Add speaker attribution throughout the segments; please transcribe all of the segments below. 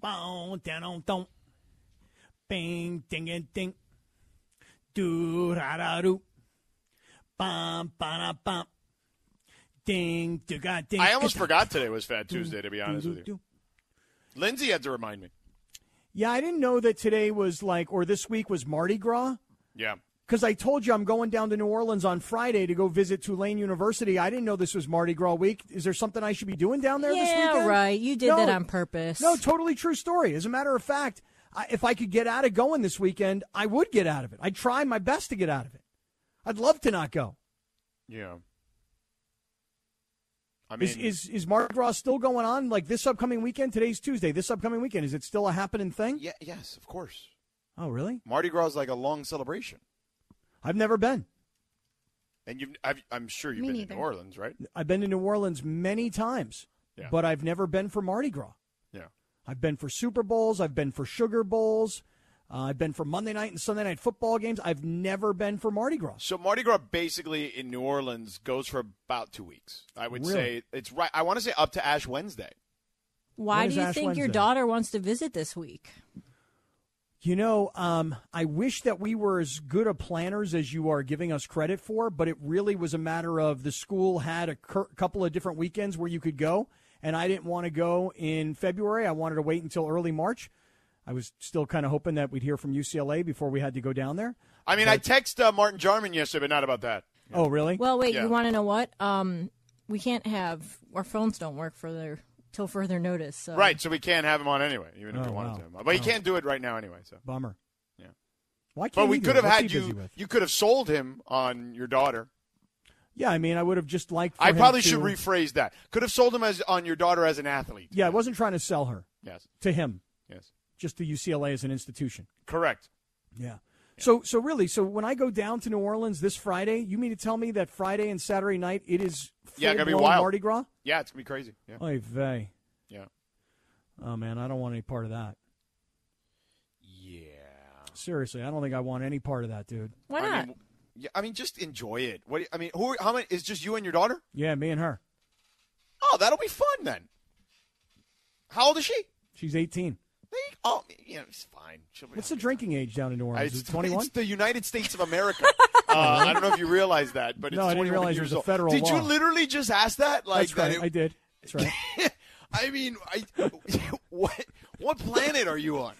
Speaker 1: Bong, down on don. Bing, ding, and ding. Do, ra, da, do. Bum, ba, da, bum. Ding, do, ga, ding.
Speaker 2: I almost
Speaker 1: ga,
Speaker 2: forgot today was Fat Tuesday, to be
Speaker 1: do,
Speaker 2: honest
Speaker 1: do,
Speaker 2: with you.
Speaker 1: do. Mm-hmm.
Speaker 2: Lindsay had to remind me.
Speaker 1: Yeah, I didn't know that today was like, or this week was Mardi Gras.
Speaker 2: Yeah.
Speaker 1: Because I told you I'm going down to New Orleans on Friday to go visit Tulane University. I didn't know this was Mardi Gras week. Is there something I should be doing down there this
Speaker 3: Yeah,
Speaker 1: weekend?
Speaker 3: right. You did
Speaker 1: No,
Speaker 3: that on purpose.
Speaker 1: No, totally true story. As a matter of fact, I, if I could get out of going this weekend, I would get out of it. I'd try my best to get out of it. I'd love to not go.
Speaker 2: Yeah. I mean,
Speaker 1: is, is is Mardi Gras still going on? Like this upcoming weekend? Today's Tuesday. This upcoming weekend is it still a happening thing?
Speaker 2: yeah, yes, of course.
Speaker 1: Oh, really?
Speaker 2: Mardi Gras is like a long celebration.
Speaker 1: I've never been.
Speaker 2: And you've, I've, I'm sure you've
Speaker 4: Me
Speaker 2: been
Speaker 4: neither.
Speaker 2: to New Orleans, right?
Speaker 1: I've been to New Orleans many times,
Speaker 2: Yeah.
Speaker 1: but I've never been for Mardi Gras.
Speaker 2: Yeah.
Speaker 1: I've been for Super Bowls. I've been for Sugar Bowls. Uh, I've been for Monday night and Sunday night football games. I've never been for Mardi Gras.
Speaker 2: So Mardi Gras basically in New Orleans goes for about two weeks. I would
Speaker 1: Really?
Speaker 2: say it's right. I want to say up to Ash Wednesday.
Speaker 3: Why
Speaker 1: When
Speaker 3: do
Speaker 1: is
Speaker 3: you
Speaker 1: Ash
Speaker 3: think your
Speaker 1: Wednesday?
Speaker 3: daughter wants to visit this week?
Speaker 1: You know, um, I wish that we were as good a planners as you are giving us credit for, but it really was a matter of the school had a cur- couple of different weekends where you could go, and I didn't want to go in February. I wanted to wait until early March. I was still kind of hoping that we'd hear from UCLA before we had to go down there.
Speaker 2: I mean, I text uh, Martin Jarman yesterday, but not about that.
Speaker 1: Oh, really?
Speaker 3: Well, wait.
Speaker 2: Yeah.
Speaker 3: You want to know what? Um, we can't have our phones don't work for their till further notice.
Speaker 4: Oh.
Speaker 3: So.
Speaker 2: Right, so we can't have him on anyway, even if
Speaker 1: Oh,
Speaker 2: we wanted
Speaker 1: wow.
Speaker 2: to. But he can't do it right now anyway. So,
Speaker 1: Bummer.
Speaker 2: Yeah.
Speaker 1: Why can't
Speaker 2: but we
Speaker 1: he do it?
Speaker 2: could have
Speaker 1: What's
Speaker 2: had
Speaker 1: he busy
Speaker 2: you.
Speaker 1: with?
Speaker 2: You could have sold him on your daughter.
Speaker 1: Yeah, I mean, I would have just liked. for
Speaker 2: I
Speaker 1: him
Speaker 2: probably
Speaker 1: to-
Speaker 2: should rephrase that. Could have sold him as on your daughter as an athlete.
Speaker 1: Yeah, I wasn't trying to sell her
Speaker 2: Yes.
Speaker 1: to him,
Speaker 2: Yes.
Speaker 1: just to UCLA as an institution.
Speaker 2: Correct.
Speaker 1: Yeah. So so really, so when I go down to New Orleans this Friday, you mean to tell me that Friday and Saturday night it is
Speaker 2: Yeah, gotta be
Speaker 1: full-blown
Speaker 2: wild.
Speaker 1: Mardi Gras?
Speaker 2: Yeah, it's gonna be crazy. Yeah.
Speaker 1: Oy vey.
Speaker 2: Yeah.
Speaker 1: Oh man, I don't want any part of that.
Speaker 2: Yeah.
Speaker 1: Seriously, I don't think I want any part of that, dude.
Speaker 3: Why not?
Speaker 2: I mean, yeah, I mean, just enjoy it. What do you- I mean, who? How many? Is just you and your daughter?
Speaker 1: Yeah, me and her.
Speaker 2: Oh, that'll be fun then. How old is she?
Speaker 1: She's 18.
Speaker 2: They- Oh, yeah, it's fine. She'll be
Speaker 1: What's the drinking age down in New Orleans? Is
Speaker 2: It's,
Speaker 1: it 21?
Speaker 2: it's the United States of America. uh, I don't know if you realize that, but it's
Speaker 1: No, I didn't
Speaker 2: 21
Speaker 1: realize it
Speaker 2: years
Speaker 1: was a
Speaker 2: old.
Speaker 1: federal
Speaker 2: Did
Speaker 1: law.
Speaker 2: you literally just ask that? Like
Speaker 1: That's right.
Speaker 2: that?
Speaker 1: I
Speaker 2: It,
Speaker 1: did. That's right.
Speaker 2: I mean, I, what what planet are you on?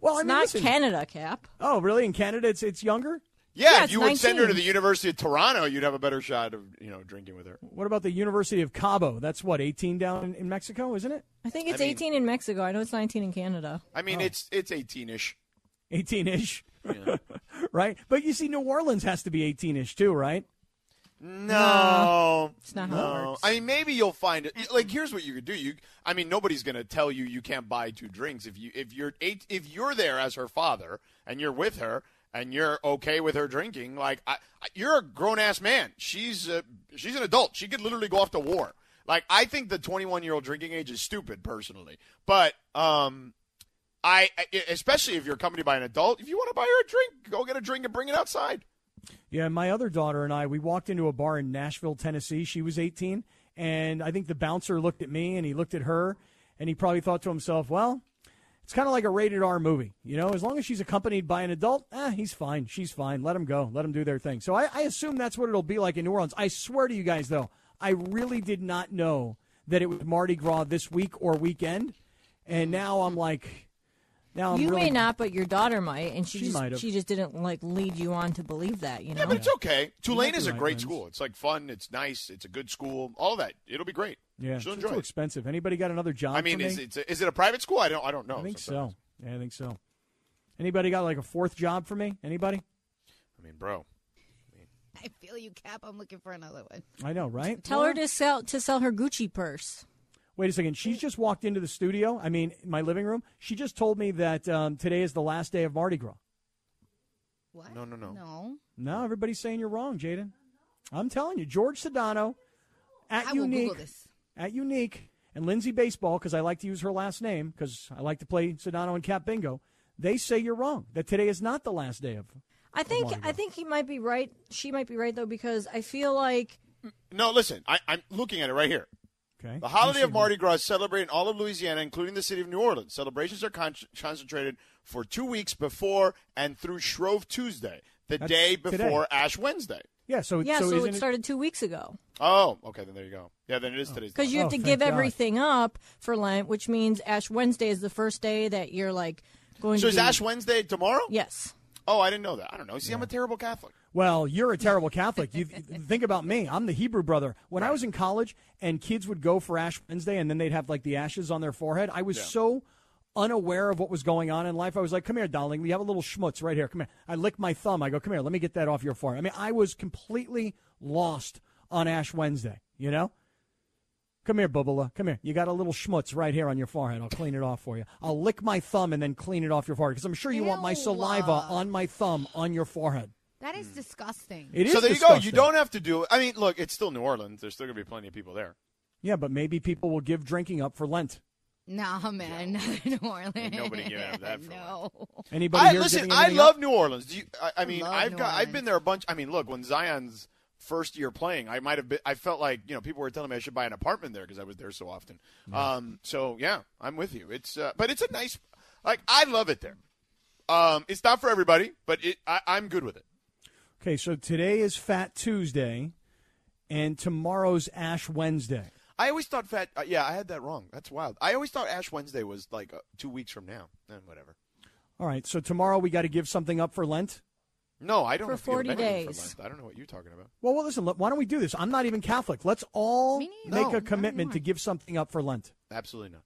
Speaker 1: well, I
Speaker 3: It's
Speaker 1: mean,
Speaker 3: not
Speaker 1: listen-
Speaker 3: Canada, Cap.
Speaker 1: Oh, really? In Canada, it's it's younger.
Speaker 2: Yeah,
Speaker 3: Yeah,
Speaker 2: if
Speaker 3: it's
Speaker 2: you would send her to
Speaker 3: 19.
Speaker 2: the University of Toronto, you'd have a better shot of you know drinking with her.
Speaker 1: What about the University of Cabo? That's what 18 down in, in Mexico, isn't it?
Speaker 3: I think it's
Speaker 2: mean-
Speaker 3: 18 in Mexico. I know it's 19 in Canada.
Speaker 2: I mean, it's it's eighteen ish.
Speaker 1: 18 ish, right? But you see, New Orleans has to be 18 ish too, right?
Speaker 2: No,
Speaker 3: it's not how it works.
Speaker 2: I mean, maybe you'll find it. Like, here's what you could do. You, I mean, nobody's going to tell you you can't buy two drinks if you if you're eight if you're there as her father and you're with her and you're okay with her drinking. Like, I, I- you're a grown ass man. She's uh, she's an adult. She could literally go off to war. Like, I think the 21 year old drinking age is stupid personally, but um. I I- especially if you're accompanied by an adult, if you want to buy her a drink, go get a drink and bring it outside.
Speaker 1: Yeah, my other daughter and I, we walked into a bar in Nashville, Tennessee. She was 18, and I think the bouncer looked at me and he looked at her, and he probably thought to himself, well, it's kind of like a rated R movie. You know, as long as she's accompanied by an adult, eh, he's fine. She's fine. Let him go. Let him do their thing. So I, I assume that's what it'll be like in New Orleans. I swear to you guys, though, I really did not know that it was Mardi Gras this week or weekend. And now I'm like, now I'm
Speaker 3: you
Speaker 1: really
Speaker 3: may not, but your daughter might, and she,
Speaker 1: She
Speaker 3: just
Speaker 1: might have.
Speaker 3: she just didn't like lead you on to believe that. You know,
Speaker 2: Yeah, but it's okay. Tulane
Speaker 1: be
Speaker 2: is a
Speaker 1: right,
Speaker 2: great
Speaker 1: Vince.
Speaker 2: school. It's like fun. It's nice. It's a good school. All that. It'll be great.
Speaker 1: Yeah,
Speaker 2: she'll
Speaker 1: it's
Speaker 2: enjoy
Speaker 1: too
Speaker 2: it.
Speaker 1: expensive. Anybody got another job?
Speaker 2: I mean,
Speaker 1: for me?
Speaker 2: is it, is it a private school? I don't. I don't know.
Speaker 1: I think so.
Speaker 2: Oh, sometimes.
Speaker 1: Yeah, I think so. Anybody got like a fourth job for me? Anybody?
Speaker 2: I mean, bro.
Speaker 4: I feel you, Cap. I'm looking for another one.
Speaker 1: I know, right?
Speaker 3: tell her to sell to sell her Gucci purse.
Speaker 1: Wait a second. She's just walked into the studio. I mean, my living room. She just told me that um, today is the last day of Mardi Gras.
Speaker 4: What?
Speaker 2: No, no, no.
Speaker 4: No.
Speaker 1: No, everybody's saying you're wrong, Jaden. I'm telling you, George Sedano at
Speaker 4: I will
Speaker 1: Unique
Speaker 4: Google this.
Speaker 1: at Unique and Lindsay Baseball because I like to use her last name because I like to play Sedano and Cap Bingo. They say you're wrong. That today is not the last day of. Oh
Speaker 3: I think I think he might be right. She might be right though because I feel like
Speaker 2: No, listen, I, I'm looking at it right here.
Speaker 1: Okay.
Speaker 2: The holiday of Mardi Gras is celebrated in all of Louisiana, including the city of New Orleans. Celebrations are con- concentrated for two weeks before and through Shrove Tuesday, the
Speaker 1: That's
Speaker 2: day
Speaker 1: today.
Speaker 2: before Ash Wednesday.
Speaker 1: Yeah. So
Speaker 3: yeah,
Speaker 1: so,
Speaker 3: so,
Speaker 1: isn't
Speaker 3: it started two weeks ago
Speaker 2: Oh, okay, then there you go. Yeah, then it is today's.
Speaker 3: because you have
Speaker 1: Oh,
Speaker 3: to
Speaker 1: thank
Speaker 3: give
Speaker 1: God.
Speaker 3: everything up for Lent, which means Ash Wednesday is the first day that you're like going.
Speaker 2: so
Speaker 3: to
Speaker 2: is
Speaker 3: be-
Speaker 2: Ash Wednesday tomorrow?
Speaker 3: Yes.
Speaker 2: Oh, I didn't know that. I don't know. See, I'm a terrible Catholic.
Speaker 1: Well, you're a terrible Catholic. You think about me. I'm the Hebrew brother. When I was in college and kids would go for Ash Wednesday and then they'd have like the ashes on their forehead, I was so unaware of what was going on in life. I was like, "Come here, darling. We have a little schmutz right here. Come here." I lick my thumb. I go, "Come here. Let me get that off your forehead." I mean, I was completely lost on Ash Wednesday, you know? Come here, Bubala. Come here. You got a little schmutz right here on your forehead. I'll clean it off for you. I'll lick my thumb and then clean it off your forehead because I'm sure you want my
Speaker 4: Ew.
Speaker 1: saliva on my thumb on your forehead.
Speaker 4: That
Speaker 2: Hmm.
Speaker 4: is disgusting.
Speaker 1: It is
Speaker 2: so there you go. You
Speaker 1: disgusting.
Speaker 2: don't have to do. I mean, look, it's still New Orleans. There's still going to be plenty of people there.
Speaker 1: Yeah, but maybe people will give drinking up for Lent.
Speaker 4: Nah, man. Not in New Orleans.
Speaker 2: nobody giving up that for
Speaker 4: no.
Speaker 1: Anybody
Speaker 2: I,
Speaker 1: here
Speaker 2: listen,
Speaker 1: giving
Speaker 2: I
Speaker 1: anything
Speaker 2: love
Speaker 1: up?
Speaker 2: New Orleans. Do you, I, I mean,
Speaker 4: Love
Speaker 2: I've
Speaker 4: New
Speaker 2: got, I've
Speaker 4: Orleans.
Speaker 2: been there a bunch. I mean, look, when Zion's first year playing, I might have been. I felt like you know people were telling me I should buy an apartment there because I was there so often. Um, so yeah, I'm with you. It's uh, but it's a nice, like I love it there. Um, it's not for everybody, but it, I, I'm good with it.
Speaker 1: Okay, so today is Fat Tuesday, and tomorrow's Ash Wednesday.
Speaker 2: I always thought Fat. Uh, yeah, I had that wrong. That's wild. I always thought Ash Wednesday was like uh, two weeks from now. Eh, whatever.
Speaker 1: All right, so tomorrow we got to give something up for Lent.
Speaker 2: No, I don't.
Speaker 3: For
Speaker 2: have to give up
Speaker 3: 40
Speaker 2: anything for
Speaker 3: days.
Speaker 2: Lent. I don't know what you're talking about.
Speaker 1: Well, well, listen. let- Why don't we do this? I'm not even Catholic. Let's all
Speaker 4: Me neither.
Speaker 1: make
Speaker 2: No.
Speaker 1: a commitment to give something up for Lent.
Speaker 2: Absolutely not.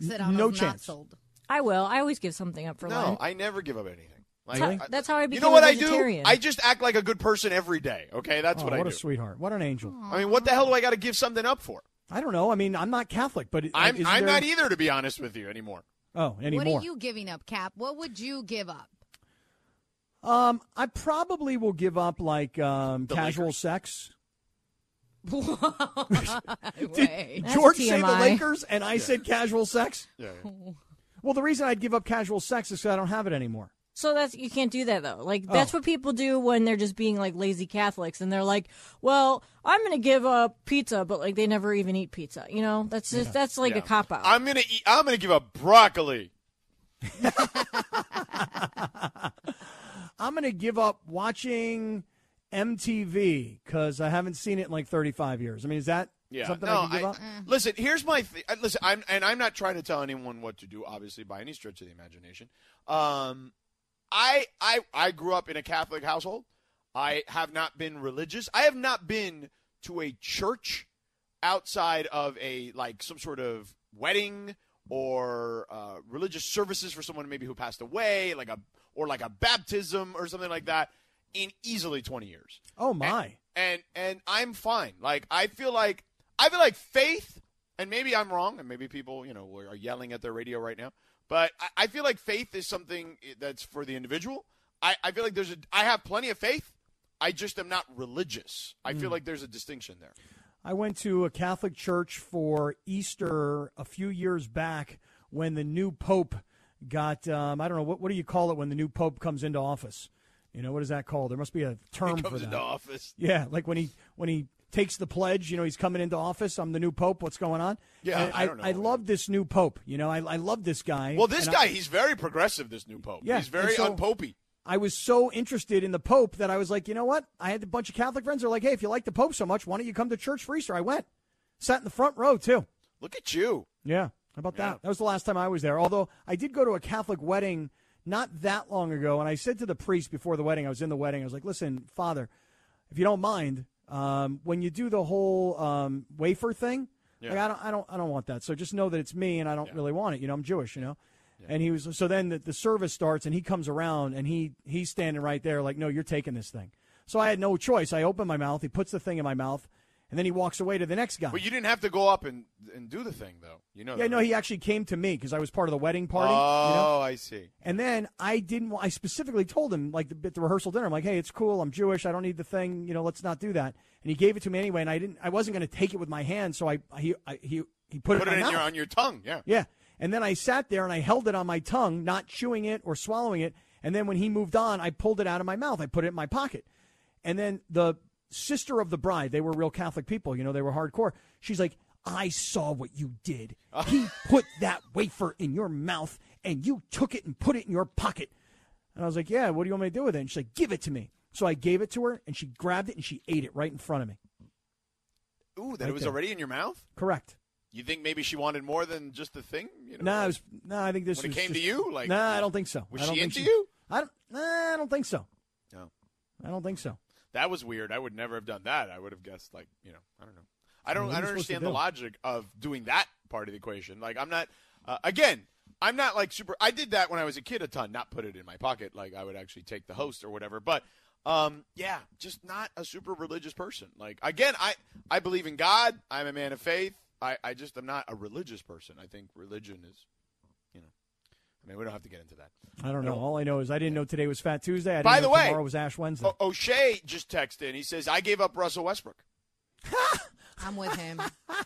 Speaker 4: Sedano's
Speaker 1: no
Speaker 4: not
Speaker 1: chance.
Speaker 4: sold.
Speaker 3: I will. I always give something up for
Speaker 2: no,
Speaker 3: Lent.
Speaker 2: I never give up anything. Like,
Speaker 3: Really? That's how I
Speaker 2: You
Speaker 3: became
Speaker 2: know
Speaker 3: a
Speaker 2: what I do?
Speaker 3: vegetarian.
Speaker 2: I just act like a good person every day. Okay, that's
Speaker 1: Oh,
Speaker 2: what I
Speaker 1: a
Speaker 2: do.
Speaker 1: sweetheart! What an angel!
Speaker 2: I mean, what the hell do I got to give something up for?
Speaker 1: I don't know. I mean, I'm not Catholic, but it-
Speaker 2: I'm
Speaker 1: isn't
Speaker 2: I'm
Speaker 1: there-
Speaker 2: not e- either, to be honest with you anymore.
Speaker 1: Oh, anymore.
Speaker 4: What are you giving up, Cap? What would you give up?
Speaker 1: Um, I probably will give up like um,
Speaker 2: The
Speaker 1: casual
Speaker 2: Lakers.
Speaker 1: sex.
Speaker 4: Wait.
Speaker 3: That's
Speaker 1: George say the
Speaker 3: TMI.
Speaker 1: Lakers, and I said casual sex.
Speaker 2: Yeah.
Speaker 1: Well, the reason I'd give up casual sex is because I don't have it anymore.
Speaker 3: So that's you can't do that though. Like that's
Speaker 1: Oh.
Speaker 3: what people do when they're just being like lazy Catholics and they're like, "Well, I'm going to give up pizza," but like they never even eat pizza. You know, that's just that's like a cop out.
Speaker 2: I'm gonna eat. I'm gonna give up broccoli.
Speaker 1: I'm going to give up watching MTV because I haven't seen it in like 35 years. I mean, is that
Speaker 2: Yeah.
Speaker 1: something
Speaker 2: no,
Speaker 1: I can give up?
Speaker 2: listen. Here's my th- uh, listen. I'm and I'm not trying to tell anyone what to do, obviously, by any stretch of the imagination. Um, I I I grew up in a Catholic household. I have not been religious. I have not been to a church outside of a like some sort of wedding or uh, religious services for someone maybe who passed away, like a or like a baptism or something like that, in easily twenty years
Speaker 1: Oh, my.
Speaker 2: and and I'm fine. Like I feel like I feel like faith, and maybe I'm wrong, and maybe people you know are yelling at their radio right now. But I, I feel like faith is something that's for the individual. I, I feel like there's a I have plenty of faith. I just am not religious. I
Speaker 1: Hmm.
Speaker 2: feel like there's a distinction there.
Speaker 1: I went to a Catholic church for Easter a few years back when the new Pope got, um, I don't know, what, what do you call it when the new Pope comes into office? You know, what is that called? There must be a term for
Speaker 2: Comes
Speaker 1: that.
Speaker 2: into office.
Speaker 1: Yeah, like when he when he takes the pledge, you know, he's coming into office. I'm the new pope. What's going on?
Speaker 2: Yeah,
Speaker 1: And
Speaker 2: I don't know.
Speaker 1: I love this new pope. You know, I, I love this guy.
Speaker 2: Well, this
Speaker 1: And
Speaker 2: guy,
Speaker 1: I,
Speaker 2: he's very progressive. This new pope.
Speaker 1: Yeah,
Speaker 2: he's very
Speaker 1: and so-
Speaker 2: unpopey.
Speaker 1: I was so interested in the pope that I was like, you know what? I had a bunch of Catholic friends. They're like, hey, if you like the pope so much, why don't you come to church for Easter? I went, sat in the front row too.
Speaker 2: Look at you.
Speaker 1: Yeah. How about
Speaker 2: Yeah.
Speaker 1: that? That was the last time I was there. Although I did go to a Catholic wedding not that long ago, and I said to the priest before the wedding, I was in the wedding, I was like, listen, Father, if you don't mind, um, when you do the whole um, wafer thing, like, I don't, I don't, I don't want that. So just know that it's me, and I don't really want it. You know, I'm Jewish. You know. And he was so then the, the service starts and he comes around and he he's standing right there like no you're taking this thing. So I had no choice. I open my mouth. He puts the thing in my mouth and then he walks away to the next guy.
Speaker 2: But you didn't have to go up and and do the thing though. You know.
Speaker 1: yeah,
Speaker 2: that,
Speaker 1: no,
Speaker 2: right?
Speaker 1: he actually came to me because I was part of the wedding party.
Speaker 2: Oh,
Speaker 1: you know?
Speaker 2: I see.
Speaker 1: And then I didn't. wa- I specifically told him, like at the rehearsal dinner, I'm like, "Hey, it's cool. I'm Jewish. I don't need the thing. You know, let's not do that." And he gave it to me anyway, and I didn't. I wasn't going to take it with my hand, so I he I, he he put,
Speaker 2: Put
Speaker 1: it
Speaker 2: it
Speaker 1: in my
Speaker 2: in your,
Speaker 1: mouth.
Speaker 2: on your tongue. Yeah.
Speaker 1: yeah. And then I sat there and I held it on my tongue, not chewing it or swallowing it. And then when he moved on, I pulled it out of my mouth. I put it in my pocket. And then the sister of the bride, they were real Catholic people. You know, they were hardcore. She's like, I saw what you did. He put that wafer in your mouth and you took it and put it in your pocket. And I was like, Yeah, what do you want me to do with it? And she's like, Give it to me. So I gave it to her and she grabbed it and she ate it right in front of me.
Speaker 2: Ooh, that
Speaker 1: Right
Speaker 2: it was
Speaker 1: there.
Speaker 2: already in your mouth.
Speaker 1: Correct.
Speaker 2: You think maybe she wanted more than just the thing? You know,
Speaker 1: No,
Speaker 2: like-
Speaker 1: it was, no, I think this
Speaker 2: When it
Speaker 1: was
Speaker 2: came to
Speaker 1: just-
Speaker 2: you, like-
Speaker 1: no, I don't think so.
Speaker 2: Was
Speaker 1: I don't
Speaker 2: she
Speaker 1: think
Speaker 2: into you?
Speaker 1: I don't. Nah, I don't think so.
Speaker 2: No.
Speaker 1: I don't think so.
Speaker 2: That was weird. I would never have done that. I would have guessed like, you know, I don't know. I don't
Speaker 1: What are
Speaker 2: I
Speaker 1: you
Speaker 2: don't
Speaker 1: supposed to
Speaker 2: understand the
Speaker 1: do?
Speaker 2: logic of doing that part of the equation. Like I'm not uh, again, I'm not like super I did that when I was a kid a ton, not put it in my pocket like I would actually take the host or whatever, but um yeah, just not a super religious person. Like again, I I believe in God. I'm a man of faith. I I just am not a religious person. I think religion is you know. I mean, we don't have to get into that.
Speaker 1: I don't know. All I know is I didn't know today was Fat Tuesday. I didn't
Speaker 2: By
Speaker 1: know
Speaker 2: the way- oh,
Speaker 1: tomorrow was Ash Wednesday.
Speaker 2: O- O'Shea just texted in. He says, "I gave up Russell Westbrook."
Speaker 4: I'm with him.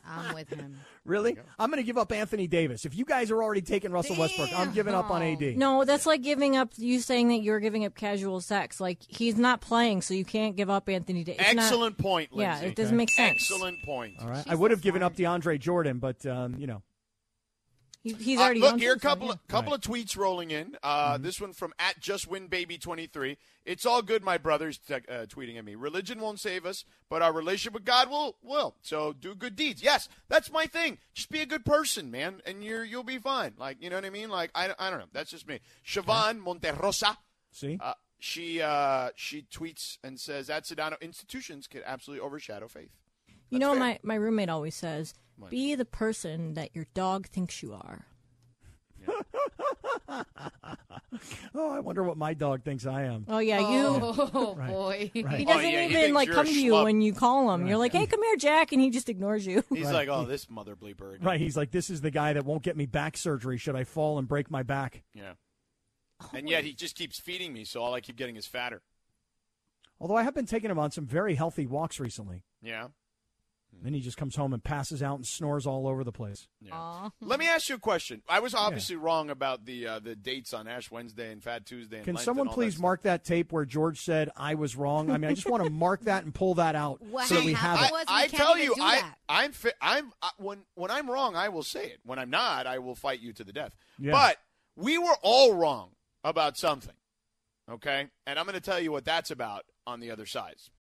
Speaker 4: I'm with him.
Speaker 1: really? I'm going to give up Anthony Davis. If you guys are already taking Russell Westbrook, I'm giving up on AD.
Speaker 3: No, that's like giving up. You saying that you're giving up casual sex. Like he's not playing, so you can't give up Anthony Davis.
Speaker 2: Excellent point,
Speaker 3: Yeah,
Speaker 2: Lindsay.
Speaker 3: it doesn't make sense.
Speaker 2: Excellent point.
Speaker 1: All right. I would have given up DeAndre Jordan, but um, you know,
Speaker 3: Not, he- he's
Speaker 2: Uh,
Speaker 3: already
Speaker 2: look
Speaker 3: on
Speaker 2: here, a
Speaker 3: Tuesday,
Speaker 2: couple
Speaker 3: yeah.
Speaker 2: of, couple of tweets rolling in. Uh,
Speaker 1: Mm-hmm.
Speaker 2: This one from at just win baby twenty three. It's all good, my brothers. Te- uh, tweeting at me. Religion won't save us, but our relationship with God will. Will so do good deeds. Yes, that's my thing. Just be a good person, man, and you're you'll be fine. Like you know what I mean. Like I, I don't know. That's just me. Siobhan Monterrosa.
Speaker 1: see,
Speaker 2: Uh, she uh, she tweets and says at Sedano institutions can absolutely overshadow faith.
Speaker 3: You know,
Speaker 2: fair.
Speaker 3: my my roommate always says, "Be the person that your dog thinks you are."
Speaker 1: oh, I wonder what my dog thinks I am.
Speaker 3: Oh yeah, you.
Speaker 4: Oh
Speaker 1: Right.
Speaker 4: boy.
Speaker 3: He
Speaker 1: Right.
Speaker 3: doesn't
Speaker 2: Oh, yeah, he
Speaker 3: even
Speaker 2: thinks
Speaker 3: like
Speaker 2: you're a
Speaker 3: come to you
Speaker 2: schlub.
Speaker 3: when you call him. You're like, "Hey, come here, Jack," and he just ignores you.
Speaker 2: He's like, oh, this mother bleeper. Again.
Speaker 1: Right? He's like, this is the guy that won't get me back surgery should I fall and break my back.
Speaker 2: Yeah. And yet he just keeps feeding me, so all I keep getting is fatter.
Speaker 1: Although I have been taking him on some very healthy walks recently.
Speaker 2: Yeah.
Speaker 1: Then he just comes home and passes out and snores all over the place.
Speaker 2: yeah. Let me ask you a question. I was obviously wrong about the uh, the dates on Ash Wednesday and Fat Tuesday. And
Speaker 1: Can
Speaker 2: Lent
Speaker 1: someone
Speaker 2: and all
Speaker 1: please
Speaker 2: that
Speaker 1: mark that tape where George said I was wrong? I mean, I just want to mark that and pull that out
Speaker 4: What
Speaker 1: so that we
Speaker 4: happened
Speaker 1: have it.
Speaker 2: stuff.
Speaker 4: was we
Speaker 2: I, I
Speaker 4: can't
Speaker 2: tell
Speaker 4: even
Speaker 2: you,
Speaker 4: do
Speaker 2: I
Speaker 4: that.
Speaker 2: I'm fi- I'm I, when when I'm wrong, I will say it. When I'm not, I will fight you to the death.
Speaker 1: Yeah.
Speaker 2: But we were all wrong about something, okay? And I'm going to tell you what that's about on the other side.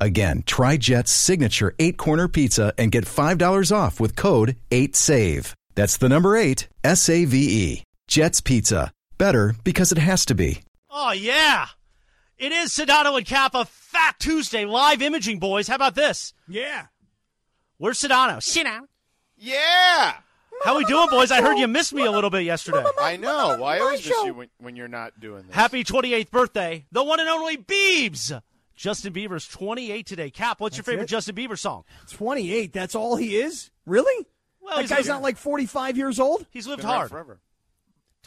Speaker 5: Again, try Jet's signature eight corner pizza and get $5 off with code 8SAVE. That's the number eight, S A V E. Jet's Pizza. Better because it has to be.
Speaker 6: Oh, yeah. It is Sedano and Kappa Fat Tuesday live imaging, boys. How about this?
Speaker 1: Yeah.
Speaker 6: We're Sedano. Sit down.
Speaker 2: Yeah,
Speaker 6: How we doing, boys? I heard you missed me a little bit yesterday.
Speaker 2: I know. Well, I always miss you when, when you're not doing this.
Speaker 6: Happy 28th birthday, the one and only Biebs. Justin Bieber's 28 today. Cap, what's your favorite
Speaker 1: it?
Speaker 6: Justin Bieber song?
Speaker 1: 28, that's all he is? Really?
Speaker 2: Oh,
Speaker 6: Well,
Speaker 1: that
Speaker 6: he's
Speaker 1: guy's
Speaker 6: a-
Speaker 1: not like 45 years old?
Speaker 6: He's lived
Speaker 2: Been around
Speaker 6: hard.
Speaker 2: forever.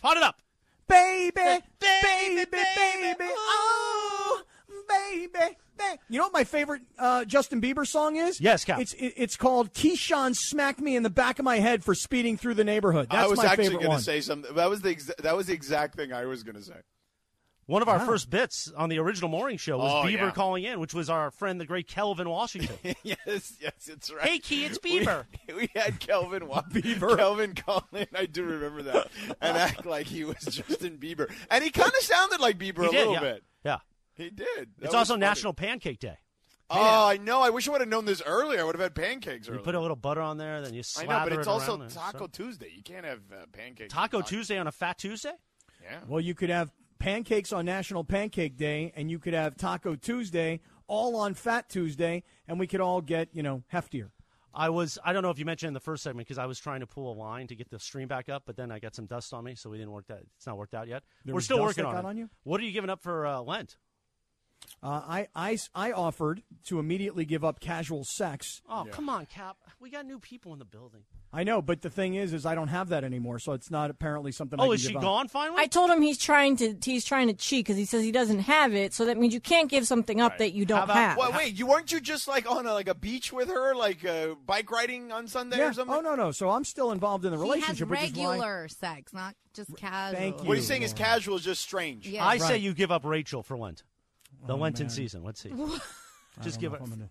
Speaker 6: Pot it up.
Speaker 1: Baby, baby,
Speaker 6: baby,
Speaker 1: baby,
Speaker 6: baby,
Speaker 1: oh, baby, baby. You know what my favorite uh, Justin Bieber song is?
Speaker 6: Yes, Cal.
Speaker 1: It's it, it's called Keyshawn Smack Me in the Back of My Head for Speeding Through the Neighborhood. That's
Speaker 2: I was
Speaker 1: my
Speaker 2: actually
Speaker 1: favorite
Speaker 2: gonna
Speaker 1: one.
Speaker 2: say something. That was the exa- that was the exact thing I was going to say.
Speaker 6: One of our first bits on the original morning show was
Speaker 2: Oh,
Speaker 6: Bieber
Speaker 2: yeah.
Speaker 6: calling in, which was our friend, the great Kelvin Washington.
Speaker 2: yes, yes, it's right.
Speaker 6: hey, Key, it's Bieber.
Speaker 2: We, we had Kelvin Wa- Kelvin call in. I do remember that, and act like he was Justin Bieber, and he kind of sounded like Bieber
Speaker 6: He
Speaker 2: a
Speaker 6: did,
Speaker 2: little
Speaker 6: yeah.
Speaker 2: bit.
Speaker 6: Yeah.
Speaker 2: He did. That
Speaker 6: It's
Speaker 2: was
Speaker 6: also
Speaker 2: funny.
Speaker 6: National Pancake Day.
Speaker 2: Oh, I know. I wish I would have known this earlier. I would have had pancakes
Speaker 6: You
Speaker 2: earlier.
Speaker 6: put a little butter on there, then you
Speaker 2: I
Speaker 6: slather
Speaker 2: know, but it's
Speaker 6: it
Speaker 2: also
Speaker 6: around and
Speaker 2: Taco
Speaker 6: so-
Speaker 2: Tuesday. You can't have uh, pancakes.
Speaker 6: Taco Tuesday on a Fat Tuesday.
Speaker 2: Yeah.
Speaker 1: Well, you could have pancakes on National Pancake Day, and you could have Taco Tuesday, all on Fat Tuesday, and we could all get, you know, heftier.
Speaker 6: I was I don't know if you mentioned in the first segment because I was trying to pull a line to get the stream back up, but then I got some dust on me, so we didn't work that. It's not worked out yet.
Speaker 1: There
Speaker 6: We're
Speaker 1: was
Speaker 6: still
Speaker 1: dust
Speaker 6: working
Speaker 1: that
Speaker 6: on
Speaker 1: got
Speaker 6: it.
Speaker 1: on you?
Speaker 6: What are you giving up for uh, Lent?
Speaker 1: Uh, I, I, I offered to immediately give up casual sex.
Speaker 6: Oh, come on, Cap. We got new people in the building.
Speaker 1: I know, but the thing is, is I don't have that anymore, so it's not apparently something. I
Speaker 6: oh,
Speaker 1: can
Speaker 6: is she
Speaker 1: give up.
Speaker 6: gone finally?
Speaker 3: I told him he's trying to he's trying to cheat because he says he doesn't have it, so that means you can't give something up that you don't
Speaker 6: about-
Speaker 3: have.
Speaker 2: Well, wait. You weren't you just like on a, like a beach with her, like uh, bike riding on Sunday
Speaker 1: Yeah.
Speaker 2: or something?
Speaker 1: Oh no, no. So I'm still involved in the
Speaker 4: He has
Speaker 1: relationship, which is why-
Speaker 4: regular sex, not just casual.
Speaker 1: Thank you.
Speaker 2: What he's saying is casual is just strange.
Speaker 4: Yeah.
Speaker 6: I say
Speaker 1: Right. Oh,
Speaker 6: you give up Rachel for Lent, the Lenten season. Let's see.
Speaker 1: I
Speaker 6: Just
Speaker 1: don't
Speaker 6: give
Speaker 1: know
Speaker 6: it.
Speaker 1: if I'm gonna-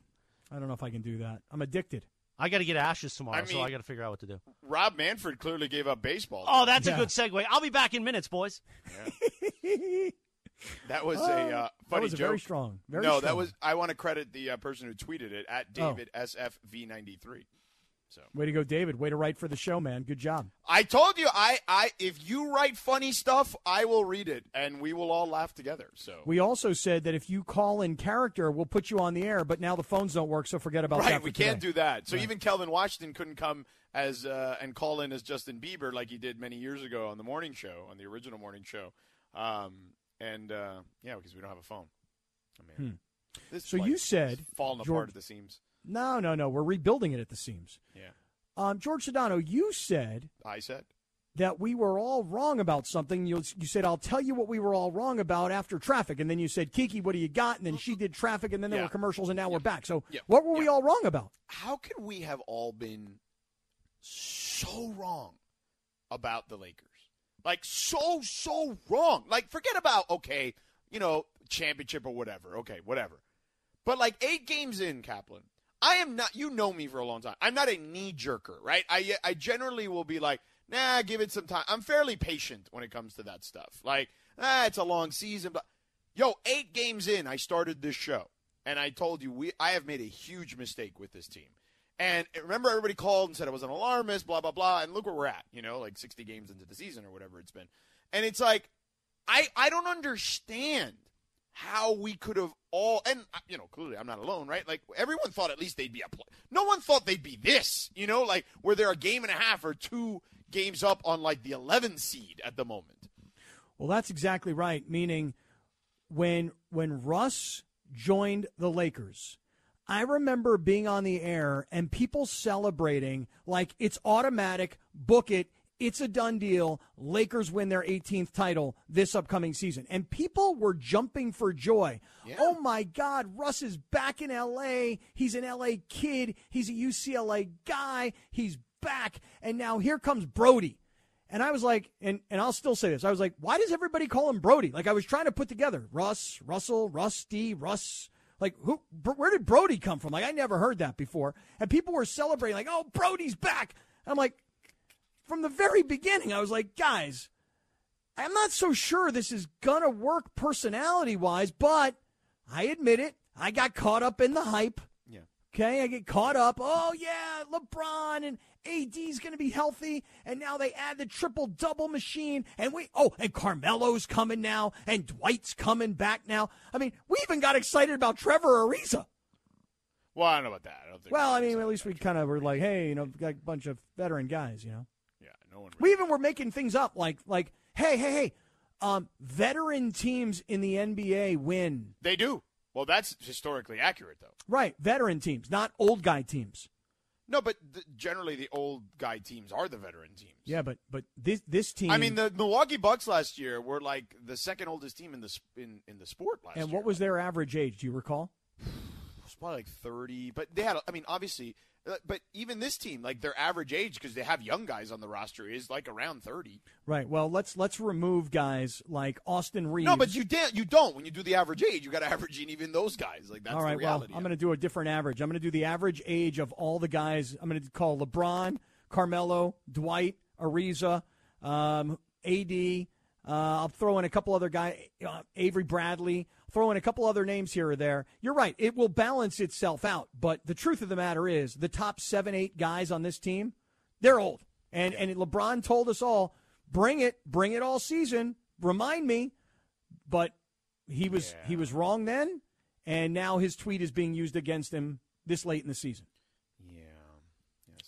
Speaker 1: I don't know if I can do that. I'm addicted.
Speaker 6: I got to get ashes tomorrow,
Speaker 2: I
Speaker 6: so I
Speaker 2: mean-
Speaker 6: got to figure out what to do.
Speaker 2: Rob Manfred clearly gave up baseball.
Speaker 6: Oh, that's
Speaker 1: Yeah.
Speaker 6: a good segue. I'll be back in minutes, boys.
Speaker 2: that was a uh, funny
Speaker 1: Oh, that was a
Speaker 2: joke.
Speaker 1: very strong. Very
Speaker 2: no, that
Speaker 1: strong. Oh.
Speaker 2: was. I want to credit the uh, person who tweeted it at David SFV ninety three.
Speaker 1: Way to go, David. Way to write for the show, man. Good job.
Speaker 2: I told you, I, I, if you write funny stuff, I will read it, and we will all laugh together. So
Speaker 1: We also said that if you call in character, we'll put you on the air. But now the phones don't work, so forget about that.
Speaker 2: right,
Speaker 1: for
Speaker 2: we can't
Speaker 1: today.
Speaker 2: do that. So even Kelvin Washington couldn't come as uh, and call in as Justin Bieber like he did many years ago on the morning show, on the original morning show. Um, and uh, yeah, because we don't have a phone. I mean, this
Speaker 1: Hmm. So
Speaker 2: place
Speaker 1: you
Speaker 2: is
Speaker 1: said,
Speaker 2: falling
Speaker 1: George-
Speaker 2: apart at the seams.
Speaker 1: No, no, no. We're rebuilding it at the seams.
Speaker 2: Yeah,
Speaker 1: Um, George Sedano, you said
Speaker 2: I said.
Speaker 1: that we were all wrong about something. You, you said, I'll tell you what we were all wrong about after traffic. And then you said, Kiki, what do you got? And then she did traffic, and then there
Speaker 2: Uh-huh. Yeah.
Speaker 1: were commercials, and now we're back. So
Speaker 2: Yeah.
Speaker 1: what were we
Speaker 2: Yeah.
Speaker 1: all wrong about?
Speaker 2: how could we have all been so wrong about the Lakers? Like so so wrong. Like forget about okay, you know, championship or whatever. Okay, whatever. But like 8 games in, Kaplan. I am not you know me for a long time. I'm not a knee jerker, right? I I generally will be like, "Nah, give it some time." I'm fairly patient when it comes to that stuff. Like, "Ah, it's a long season, but Yo, eight games in, I started this show, and I told you we I have made a huge mistake with this team. And remember, everybody called and said I was an alarmist, blah blah blah. And look where we're at, you know, like sixty games into the season or whatever it's been. And it's like, I I don't understand how we could have all and uh, you know clearly I'm not alone, right? Like everyone thought at least they'd be a play. No one thought they'd be this, you know, like where they're a game and a half or two games up on like the 11 seed at the moment.
Speaker 1: Well, that's exactly right. Meaning, when when Russ joined the Lakers, I remember being on the air and people celebrating like it's automatic, book it, it's a done deal. Lakers win their 18th title this upcoming season, and people were jumping for joy. Oh my God, Russ is back in L.A. He's an L.A. kid. He's a UCLA guy. He's back, and now here comes Brody. And I was like, and, and I'll still say this. I was like, why does everybody call him Brody? Like I was trying to put together Russ, Russell, Rusty, Russ. Like who? Br- where did Brody come from? Like I never heard that before. And people were celebrating, like, oh, Brody's back. And I'm like, from the very beginning, I was like, guys, I'm not so sure this is gonna work personality wise, but I admit it. I got caught up in the hype.
Speaker 2: Yeah.
Speaker 1: Okay, I get caught up. Oh yeah, LeBron and AD's going to be healthy, and now they add the triple double machine, and we oh, and Carmelo's coming now, and Dwight's coming back now. I mean, we even got excited about Trevor Ariza.
Speaker 2: Well, I don't know about that. I don't think.
Speaker 1: Well, I mean, at least we kind of were like, hey, you know, got a bunch of veteran guys, you know.
Speaker 2: Yeah, no one.
Speaker 1: We even were making things up like like, hey, hey, hey, um, veteran teams in the NBA win
Speaker 2: They do. Well, that's historically accurate, though.
Speaker 1: right, veteran teams, not old guy teams.
Speaker 2: No, but th- generally the old guy teams are the veteran teams.
Speaker 1: Yeah, but but this this team.
Speaker 2: I mean, the Milwaukee Bucks last year were like the second oldest team in the sp- in, in the sport last year.
Speaker 1: And what was their average age? Do you recall?
Speaker 2: It was probably like thirty, but they had. I mean, obviously, uh, but even this team, like their average age, because they have young guys on the roster, is like around thirty.
Speaker 1: Right. Well, let's let's remove guys like Austin Reeves.
Speaker 2: No, but you did you don't when you do the average age. You got to average in even those guys. Like that's
Speaker 1: all right.
Speaker 2: the
Speaker 1: Well,
Speaker 2: reality.
Speaker 1: I'm
Speaker 2: of
Speaker 1: going
Speaker 2: it.
Speaker 1: to do a different average. I'm going to do the average age of all the guys. I'm going to call LeBron, Carmelo, Dwight, Ariza, um, AD. Uh, I'll throw in a couple other guys, uh, Avery Bradley. throw in a couple other names here or there. You're right. It will balance itself out. But the truth of the matter is, the top seven, eight guys on this team, they're old. And and LeBron told us all, bring it, bring it all season. Remind me. But he was he was wrong then, and now his tweet is being used against him this late in the season.
Speaker 2: Yeah.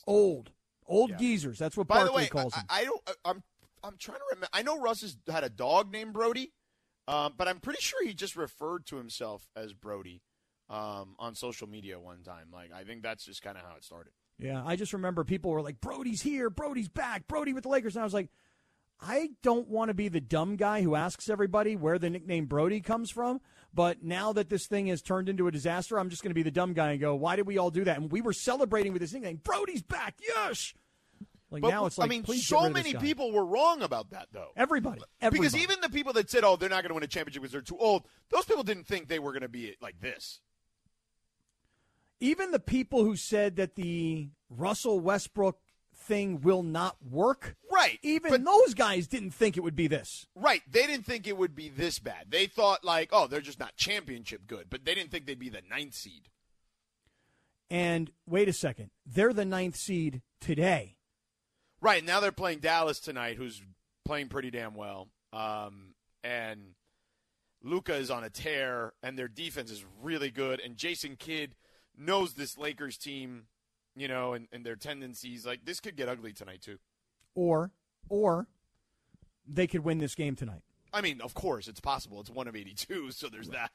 Speaker 1: Old, old geezers. That's what
Speaker 2: By
Speaker 1: Barkley
Speaker 2: the way,
Speaker 1: calls
Speaker 2: I,
Speaker 1: him.
Speaker 2: I don't. I- I'm I'm trying to remember. I know Russ has had a dog named Brody, um, but I'm pretty sure he just referred to himself as Brody um, on social media one time. Like I think that's just kind of how it started.
Speaker 1: Yeah, I just remember people were like, Brody's here, Brody's back, Brody with the Lakers. And I was like, I don't want to be the dumb guy who asks everybody where the nickname Brody comes from. But now that this thing has turned into a disaster, I'm just going to be the dumb guy and go, why did we all do that? And we were celebrating with this nickname, Brody's back, yes. Like
Speaker 2: But
Speaker 1: now it's like,
Speaker 2: I mean,
Speaker 1: please get
Speaker 2: so
Speaker 1: rid of this
Speaker 2: many
Speaker 1: guy. E-,
Speaker 2: people were wrong about that though.
Speaker 1: everybody, everybody.
Speaker 2: Because even the people that said, "Oh, they're not going to win a championship because they're too old," those people didn't think they were going to be like this.
Speaker 1: even the people who said that the Russell Westbrook thing will not work,
Speaker 2: Right.
Speaker 1: even
Speaker 2: But-
Speaker 1: those guys didn't think it would be this.
Speaker 2: Right. They didn't think it would be this bad. They thought like, "Oh, they're just not championship good," but they didn't think they'd be the ninth seed.
Speaker 1: And wait a second, they're the ninth seed today.
Speaker 2: Right now they're playing Dallas tonight, who's playing pretty damn well. Um, and Luca is on a tear, and their defense is really good. And Jason Kidd knows this Lakers team, you know, and, and their tendencies. Like this could get ugly tonight too.
Speaker 1: Or, or they could win this game tonight.
Speaker 2: I mean, of course, it's possible. It's one of eighty-two, so there's that.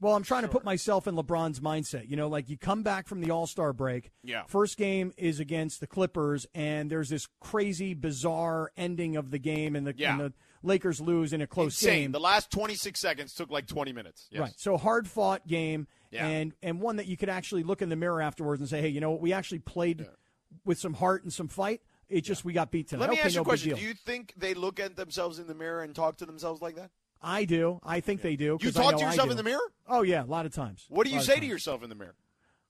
Speaker 1: Well, I'm trying to put myself in LeBron's mindset. You know, like you come back from the All Star break.
Speaker 2: Yeah.
Speaker 1: First game is against the Clippers, and there's this crazy, bizarre ending of the game, and the,
Speaker 2: Yeah.
Speaker 1: and the Lakers lose in a close
Speaker 2: Insane.
Speaker 1: game.
Speaker 2: The last twenty-six seconds took like twenty minutes. Yes.
Speaker 1: Right. So hard fought game
Speaker 2: Yeah.
Speaker 1: and and one that you could actually look in the mirror afterwards and say, hey, you know what? We actually played with some heart and some fight. It just we got beat tonight.
Speaker 2: Let me
Speaker 1: okay,
Speaker 2: ask you
Speaker 1: no
Speaker 2: a question.
Speaker 1: big
Speaker 2: Do
Speaker 1: deal.
Speaker 2: you think they look at themselves in the mirror and talk to themselves like that?
Speaker 1: I do. I think they do.
Speaker 2: You
Speaker 1: 'cause I
Speaker 2: talk
Speaker 1: know
Speaker 2: to
Speaker 1: I
Speaker 2: yourself
Speaker 1: do.
Speaker 2: in the mirror?
Speaker 1: Oh yeah, a lot of times.
Speaker 2: What do
Speaker 1: A
Speaker 2: you
Speaker 1: lot of
Speaker 2: say to
Speaker 1: times.
Speaker 2: yourself in the mirror?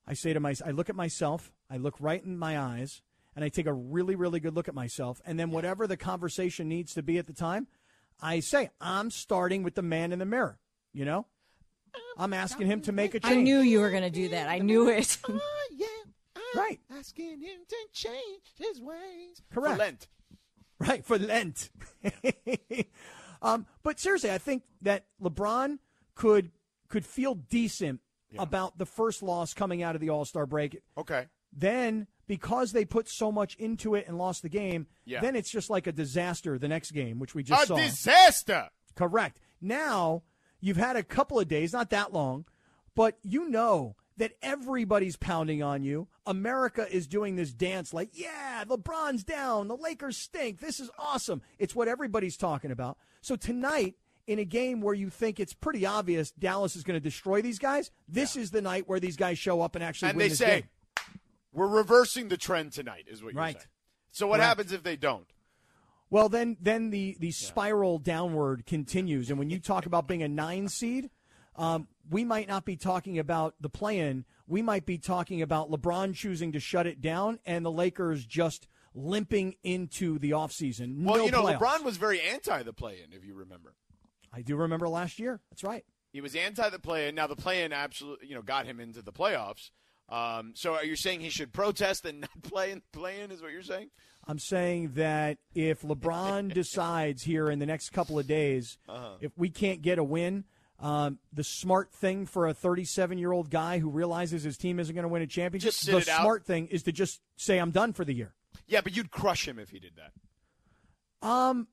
Speaker 1: I say to my I look at myself. I look right in my eyes, and I take a really really good look at myself. And then whatever the conversation needs to be at the time, I say I'm starting with the man in the mirror. You know, I'm asking him to make a change.
Speaker 3: I knew you were going to do that. I knew it.
Speaker 1: Right.
Speaker 2: Asking him to change his ways.
Speaker 1: Correct.
Speaker 2: For Lent.
Speaker 1: Right, for Lent. um, but seriously, I think that LeBron could could feel decent about the first loss coming out of the All Star break.
Speaker 2: Okay.
Speaker 1: Then, because they put so much into it and lost the game,
Speaker 2: Yeah.
Speaker 1: then it's just like a disaster the next game, which we just
Speaker 2: a
Speaker 1: saw.
Speaker 2: disaster.
Speaker 1: Correct. Now you've had a couple of days, not that long, but you know that everybody's pounding on you. America is doing this dance like, yeah, LeBron's down. The Lakers stink. This is awesome. It's what everybody's talking about. So tonight, in a game where you think it's pretty obvious Dallas is going to destroy these guys, this is the night where these guys show up and actually
Speaker 2: And
Speaker 1: win
Speaker 2: they
Speaker 1: this
Speaker 2: say,
Speaker 1: game.
Speaker 2: we're reversing the trend tonight, is what you're
Speaker 1: Right.
Speaker 2: saying. So what
Speaker 1: Correct.
Speaker 2: happens if they don't?
Speaker 1: Well, then, then the the spiral downward continues, and when you talk about being a nine seed, um, we might not be talking about the play-in. We might be talking about LeBron choosing to shut it down, and the Lakers just limping into the offseason.
Speaker 2: Well,
Speaker 1: no
Speaker 2: you know,
Speaker 1: playoffs.
Speaker 2: LeBron was very anti the play-in, if you remember.
Speaker 1: I do remember last year. That's right.
Speaker 2: He was anti the play-in. Now the play-in absolutely, you know, got him into the playoffs. Um, so are you saying he should protest and not play in play-in? Is what you're saying?
Speaker 1: I'm saying that if LeBron decides here in the next couple of days,
Speaker 2: Uh-huh.
Speaker 1: if we can't get a win, um, the smart thing for a 37 year old guy who realizes his team isn't going to win a championship,
Speaker 2: Just sit
Speaker 1: the
Speaker 2: it out.
Speaker 1: smart thing is to just say, I'm done for the year.
Speaker 2: Yeah, but you'd crush him if he did that.
Speaker 1: Um,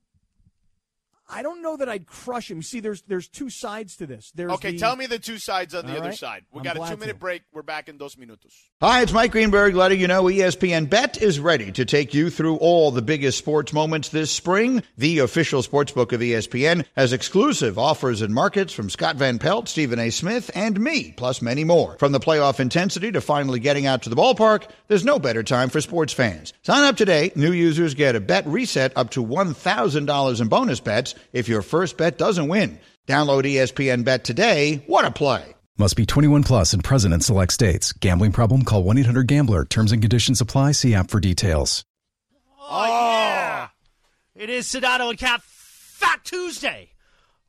Speaker 1: I don't know that I'd crush him. See, there's there's two sides to this. There's
Speaker 2: okay,
Speaker 1: the-
Speaker 2: tell me the two sides on the
Speaker 1: All
Speaker 2: other
Speaker 1: right.
Speaker 2: side. We
Speaker 1: I'm
Speaker 2: got a
Speaker 1: glad
Speaker 2: two minute
Speaker 1: to.
Speaker 2: break. We're back in dos minutos.
Speaker 7: Hi, it's Mike Greenberg letting you know E ESPN Bet is ready to take you through all the biggest sports moments this spring. The official sportsbook of E ESPN has exclusive offers and markets from Scott Van Pelt, Stephen A. Smith, and me, plus many more. From the playoff intensity to finally getting out to the ballpark, there's no better time for sports fans. Sign up today. New users get a bet reset up to $1,000 in bonus bets if your first bet doesn't win. Download E ESPN Bet today. What a play!
Speaker 5: Must be 21 plus and present in select states. Gambling problem? Call 1 800 Gambler. Terms and conditions apply. See app for details.
Speaker 2: Oh,
Speaker 6: Oh, yeah. It is Sedano and Cap Fat Tuesday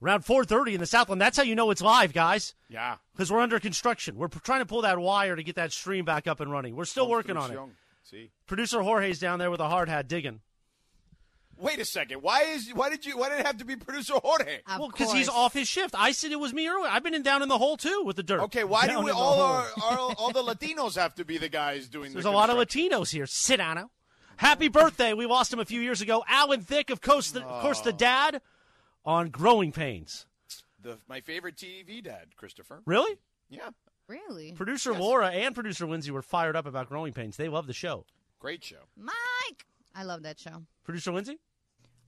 Speaker 6: around 4:30 in the Southland. That's how you know it's live, guys,
Speaker 2: Yeah.
Speaker 6: because we're under construction. We're p- trying to pull that wire to get that stream back up and running. We're still working on it.
Speaker 2: See.
Speaker 6: Producer Jorge's down there with a hard hat digging.
Speaker 2: Wait a second. Why is why did you why did it have to be producer Jorge?
Speaker 4: Of
Speaker 6: well, because he's
Speaker 4: course.
Speaker 6: off his shift. I said it was me earlier. I've been in down in the hole too with the dirt.
Speaker 2: Okay, why
Speaker 1: Down
Speaker 2: do we
Speaker 1: in the
Speaker 2: all
Speaker 1: hole.
Speaker 2: our, our all the Latinos have to be the guys doing
Speaker 6: There's
Speaker 2: the
Speaker 6: a lot of
Speaker 2: construction?
Speaker 6: Latinos here. Sit down. Happy birthday. We lost him a few years ago. Alan Thick, of course, the, of course, the
Speaker 2: Oh.
Speaker 6: dad on Growing Pains.
Speaker 2: the, my favorite TV dad, Christopher.
Speaker 6: Really?
Speaker 2: Yeah,
Speaker 4: Really?
Speaker 6: Producer Laura and producer Lindsay were fired up about Growing Pains. They love the show.
Speaker 2: great show.
Speaker 4: Mike! I love that show.
Speaker 6: Producer Lindsay?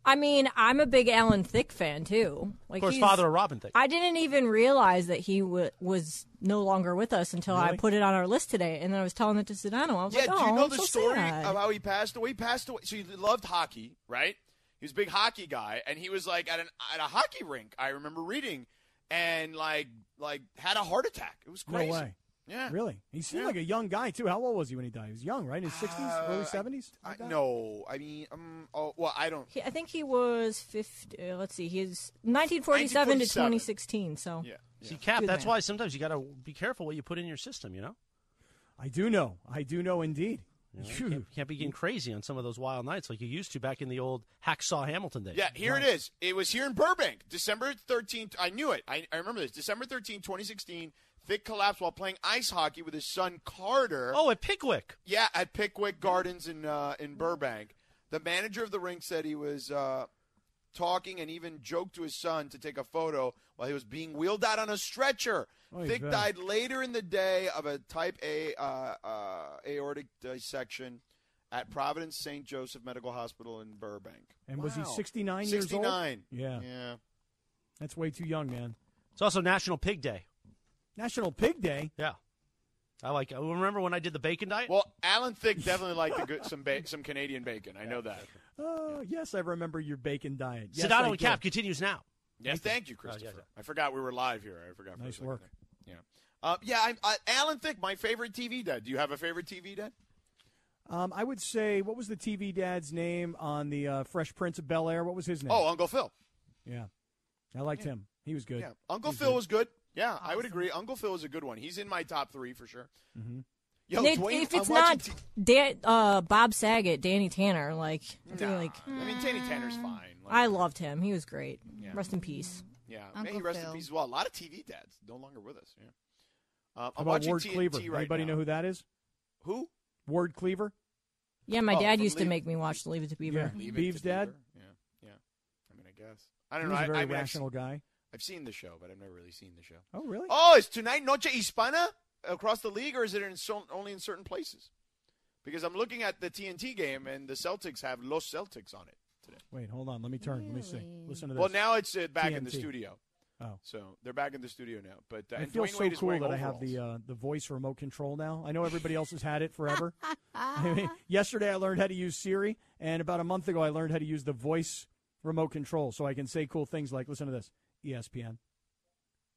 Speaker 3: I mean, I'm a big Alan Thick fan too. Like,
Speaker 6: Of course,
Speaker 3: he's-
Speaker 6: father of Robin Thick.
Speaker 3: I didn't even realize that he w- was no longer with us until I put it on our list today, and then I was telling it to Sedano. I was
Speaker 2: Yeah,
Speaker 3: like, "Oh,
Speaker 2: do you know
Speaker 3: I'm
Speaker 2: the
Speaker 3: so
Speaker 2: story
Speaker 3: sad."
Speaker 2: of how he passed away? He passed away. So he loved hockey, right? He was a big hockey guy, and he was like at an at a hockey rink. I remember reading, and like like had a heart attack. It was
Speaker 1: No
Speaker 2: crazy.
Speaker 1: way.
Speaker 2: Yeah,
Speaker 1: Really? He seemed
Speaker 2: Yeah. Uh,
Speaker 1: like a young guy too. How old was he when he died? He was young, right? In his sixties, early seventies.
Speaker 2: I, no, I mean, um, oh, well, I don't.
Speaker 3: He- I think he was 50, uh, let's see, he's 1947 to
Speaker 2: 1947.
Speaker 3: 2016. So
Speaker 2: Yeah,
Speaker 6: See, Cap,
Speaker 3: Good
Speaker 6: that's
Speaker 3: man.
Speaker 6: why sometimes you got to be careful what you put in your system, you know?
Speaker 1: I do know. I do know indeed.
Speaker 6: You, know, you
Speaker 1: Phew.
Speaker 6: can't, you can't be getting crazy on some of those wild nights like you used to back in the old Hacksaw Hamilton days.
Speaker 2: yeah. Here it is. It was here in Burbank, December thirteenth. I knew it. I, I remember this. December thirteenth, twenty sixteen. Thick collapsed while playing ice hockey with his son Carter.
Speaker 6: Oh, at Pickwick.
Speaker 2: Yeah, at Pickwick Gardens in uh, in Burbank, the manager of the rink said he was uh, talking and even joked to his son to take a photo while he was being wheeled out on a stretcher.
Speaker 1: Oy
Speaker 2: Thick
Speaker 1: vey.
Speaker 2: died later in the day of a type A uh, uh, aortic dissection at Providence St. Joseph Medical Hospital in Burbank.
Speaker 1: And was he
Speaker 2: Wow.
Speaker 1: 69 years old?
Speaker 2: 69.
Speaker 1: Yeah.
Speaker 2: Yeah.
Speaker 1: That's way too young, man.
Speaker 6: It's also National Pig Day.
Speaker 1: National Pig Day.
Speaker 6: Yeah. I like Remember when I did the bacon diet?
Speaker 2: Well, Alan Thick definitely liked the good, some ba- some Canadian bacon. I know that.
Speaker 1: Oh, yes, I remember your bacon diet. Yes,
Speaker 6: Sedano
Speaker 1: I
Speaker 6: and
Speaker 1: do.
Speaker 6: Cap continues now.
Speaker 2: Yes, thank you,
Speaker 6: yeah,
Speaker 2: Christopher.
Speaker 6: yeah.
Speaker 2: I forgot we were live here. I forgot. for a
Speaker 1: Oh, Nice
Speaker 2: second
Speaker 1: work.
Speaker 2: there. Yeah. Uh, yeah. I'm, uh, Alan Thick, my favorite TV dad. Do you have a favorite TV dad?
Speaker 1: Um, I would say, what was the TV dad's name on the uh, Fresh Prince of Bel Air? What was his name?
Speaker 2: Oh, Uncle Phil.
Speaker 1: yeah, I liked him. He was good.
Speaker 2: Yeah, Uncle Phil was good. Yeah, I would agree. Uncle Phil is a good one. He's in my top three for sure.
Speaker 1: Mm-hmm.
Speaker 2: Yo,
Speaker 3: And it-
Speaker 2: Dwayne,
Speaker 3: if it's
Speaker 2: I'm watching
Speaker 3: not
Speaker 2: T-
Speaker 3: Dan, uh, Bob Saget, Danny Tanner, like I feel
Speaker 2: Nah,
Speaker 3: like "Mm."
Speaker 2: I mean, Danny Tanner's fine. Like,
Speaker 3: I loved him. He was great. Rest in peace.
Speaker 2: Yeah, may
Speaker 4: Uncle
Speaker 2: he rest in
Speaker 4: Phil.
Speaker 2: peace as well. A lot of TV dads no longer with us. Yeah. Um,
Speaker 1: How
Speaker 2: I'm
Speaker 1: about
Speaker 2: watching
Speaker 1: Ward
Speaker 2: TNT
Speaker 1: Cleaver?
Speaker 2: right
Speaker 1: Anybody
Speaker 2: now.
Speaker 1: know who that is?
Speaker 2: Who?
Speaker 1: Ward Cleaver.
Speaker 3: Yeah, my
Speaker 2: Oh,
Speaker 3: dad
Speaker 2: from
Speaker 3: used to
Speaker 2: Leave-
Speaker 3: make me watch Leave It to Beaver.
Speaker 1: Yeah.
Speaker 2: Leave it
Speaker 1: Beeves'
Speaker 2: to
Speaker 1: dad?
Speaker 2: Beaver? Yeah, yeah. I mean, I guess I don't
Speaker 1: He
Speaker 2: know.
Speaker 1: was
Speaker 2: I,
Speaker 1: a very
Speaker 2: I mean, I've-
Speaker 1: rational guy.
Speaker 2: I've seen the show, but I've never really seen the show.
Speaker 1: Oh, really?
Speaker 2: Oh, is tonight Noche Hispana across the league, or is it in so, only in certain places? Because I'm looking at the TNT game, and the Celtics have Los Celtics on it today.
Speaker 1: Wait, hold on. Let me turn. Let me see. Listen to this.
Speaker 2: Well, now it's uh, back in the
Speaker 1: TNT.
Speaker 2: studio,
Speaker 1: oh,
Speaker 2: so they're back in the studio now. But uh,
Speaker 1: I
Speaker 2: and
Speaker 1: feel
Speaker 2: Dwayne
Speaker 1: so
Speaker 2: Wade is
Speaker 1: cool
Speaker 2: wearing
Speaker 1: that I have the
Speaker 2: overalls.
Speaker 1: uh, the voice remote control now. I know everybody else has had it forever. I mean, yesterday I learned how to use Siri, and about a month ago I learned how to use the voice remote control, so I can say cool things like, "Listen to this, E ESPN."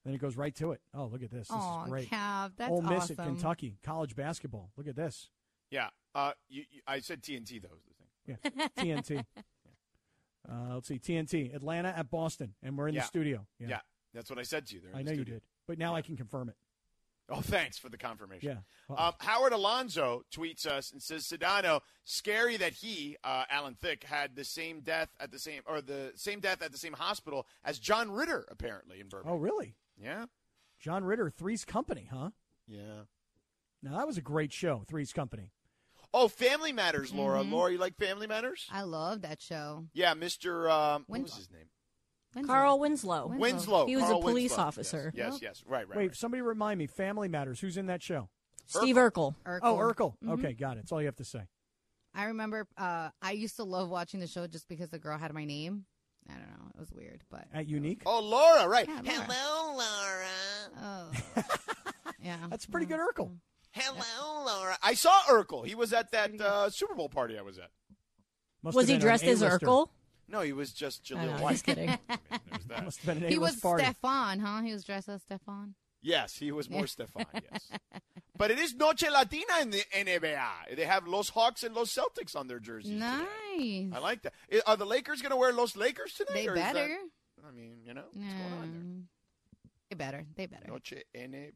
Speaker 1: Then it goes right to it. Oh, look at this! This
Speaker 4: Oh,
Speaker 1: is great.
Speaker 4: Cav, that's
Speaker 1: Ole Miss
Speaker 4: awesome.
Speaker 1: at Kentucky college basketball. Look at this.
Speaker 2: yeah. Uh, you, you, I said TNT though. is the thing.
Speaker 1: Yeah, TNT. Uh, let's see, TNT, Atlanta at Boston, and we're in
Speaker 2: Yeah.
Speaker 1: the studio.
Speaker 2: Yeah. that's what I said to you. They're in
Speaker 1: I
Speaker 2: the
Speaker 1: know you
Speaker 2: studio.
Speaker 1: did, but now I can confirm it.
Speaker 2: Oh, thanks for the confirmation.
Speaker 1: Yeah. Uh-oh.
Speaker 2: Um, Howard Alonso tweets us and says, "Sedano, scary that he, uh, Alan Thick, had the same death at the same or the same death at the same hospital as John Ritter, apparently in Burbank.
Speaker 1: Oh, really?
Speaker 2: Yeah,
Speaker 1: John Ritter, Three's Company, huh?
Speaker 2: yeah.
Speaker 1: Now that was a great show, Three's Company.
Speaker 2: Oh, Family Matters, Laura.
Speaker 3: Mm-hmm.
Speaker 2: Laura, you like Family Matters?
Speaker 4: I love that show.
Speaker 2: yeah, Mister. Um, what
Speaker 4: Wins-
Speaker 2: was his name?
Speaker 4: When's
Speaker 3: Carl
Speaker 4: it?
Speaker 3: Winslow.
Speaker 4: Win-
Speaker 2: Winslow.
Speaker 3: He was a
Speaker 2: Carl
Speaker 3: police
Speaker 2: Winslow.
Speaker 3: officer.
Speaker 2: Yes, yes, yes. right, right.
Speaker 1: Wait,
Speaker 2: right.
Speaker 1: somebody remind me. Family Matters. Who's in that show?
Speaker 3: Steve Urkel.
Speaker 4: Urkel.
Speaker 1: Oh, Urkel.
Speaker 3: Mm-hmm.
Speaker 1: Okay, got it. That's all you have to say.
Speaker 4: I remember uh, I used to love watching the show just because the girl had my name. I don't know. It was weird, but
Speaker 1: At Unique.
Speaker 2: Oh, Laura, right?
Speaker 4: Yeah, Laura.
Speaker 2: Hello, Laura.
Speaker 4: oh, yeah,
Speaker 1: That's pretty good, Urkel.
Speaker 3: Mm-hmm.
Speaker 2: Hello, Laura. I saw Urkel. He was at that uh, Super Bowl party I was at.
Speaker 1: Must
Speaker 3: Was
Speaker 1: have
Speaker 3: he
Speaker 1: been an
Speaker 3: dressed as
Speaker 1: A-lister.
Speaker 3: Urkel?
Speaker 2: No, he was just
Speaker 4: Oh,
Speaker 3: I know,
Speaker 2: Jaleel
Speaker 3: I'm
Speaker 2: White.
Speaker 3: just kidding.
Speaker 2: There's that.
Speaker 1: Must have been an
Speaker 4: He
Speaker 1: A-list
Speaker 4: was
Speaker 1: party.
Speaker 4: Stefan, huh? He was dressed as Stefan.
Speaker 2: Yes, he was more Stefan, yes. But it is Noche Latina in the NBA. They have Los Hawks and Los Celtics on their jerseys. today.
Speaker 4: Nice.
Speaker 2: I like that. I- Are the Lakers going to wear Los Lakers tonight?
Speaker 4: They
Speaker 2: or is that-
Speaker 4: better.
Speaker 2: I mean, you know, what's going on there?
Speaker 4: They better. They better.
Speaker 2: Noche NBA.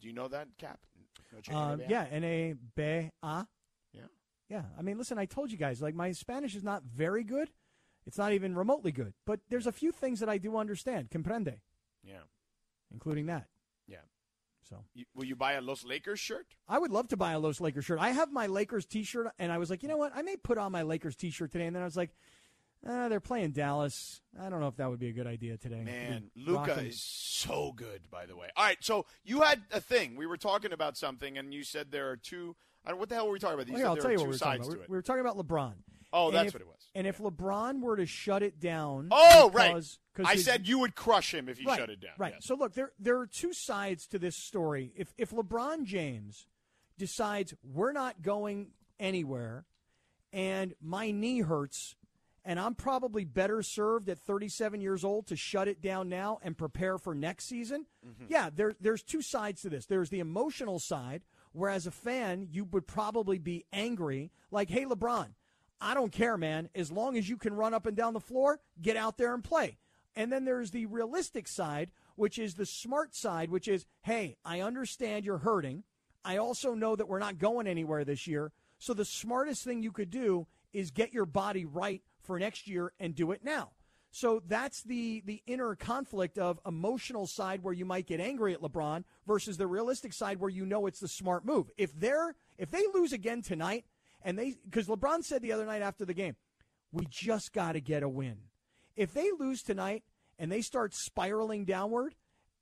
Speaker 2: Do you know that, Cap? Noche
Speaker 1: Um,
Speaker 2: NBA?
Speaker 1: yeah, N A B A.
Speaker 2: Yeah.
Speaker 1: Yeah. I mean, listen, I told you guys, like, my Spanish is not very good. It's not even remotely good. But there's a few things that I do understand, comprende,
Speaker 2: Yeah.
Speaker 1: including that.
Speaker 2: Yeah.
Speaker 1: So
Speaker 2: You, will you buy a Los Lakers shirt?
Speaker 1: I would love to buy a Los Lakers shirt. I have my Lakers t shirt, and I was like, you know what? I may put on my Lakers t shirt today. And then I was like, uh, they're playing Dallas. I don't know if that would be a good idea today.
Speaker 2: Man,
Speaker 1: Be
Speaker 2: Luca
Speaker 1: rocking-
Speaker 2: is so good, by the way. All right, so you had a thing. We were talking about something, and you said there are two. I don't, what the hell were we talking about? You
Speaker 1: Well,
Speaker 2: said
Speaker 1: here, I'll
Speaker 2: there
Speaker 1: tell
Speaker 2: are
Speaker 1: you
Speaker 2: two
Speaker 1: what we were talking about.
Speaker 2: sides
Speaker 1: We
Speaker 2: to
Speaker 1: were-
Speaker 2: it.
Speaker 1: we were talking about LeBron.
Speaker 2: Oh,
Speaker 1: And
Speaker 2: that's
Speaker 1: if-
Speaker 2: what it was.
Speaker 1: And if LeBron were to shut it down,
Speaker 2: oh,
Speaker 1: because-
Speaker 2: right.
Speaker 1: 'cause
Speaker 2: I
Speaker 1: his-
Speaker 2: said you would crush him if you
Speaker 1: right,
Speaker 2: shut it down.
Speaker 1: Right.
Speaker 2: Yes.
Speaker 1: So look, there there are two sides to this story. If if LeBron James decides we're not going anywhere, and my knee hurts, and I'm probably better served at 37 years old to shut it down now and prepare for next season. Yeah, there there's two sides to this. There's the emotional side, where as a fan you would probably be angry, like, hey LeBron. I don't care, man. As long as you can run up and down the floor, get out there and play. And then there's the realistic side, which is the smart side, which is, hey, I understand you're hurting. I also know that we're not going anywhere this year. So the smartest thing you could do is get your body right for next year and do it now. So that's the the inner conflict of emotional side where you might get angry at LeBron versus the realistic side where you know it's the smart move. If they're if they lose again tonight and they cuz LeBron said the other night after the game, we just got to get a win. If they lose tonight and they start spiraling downward,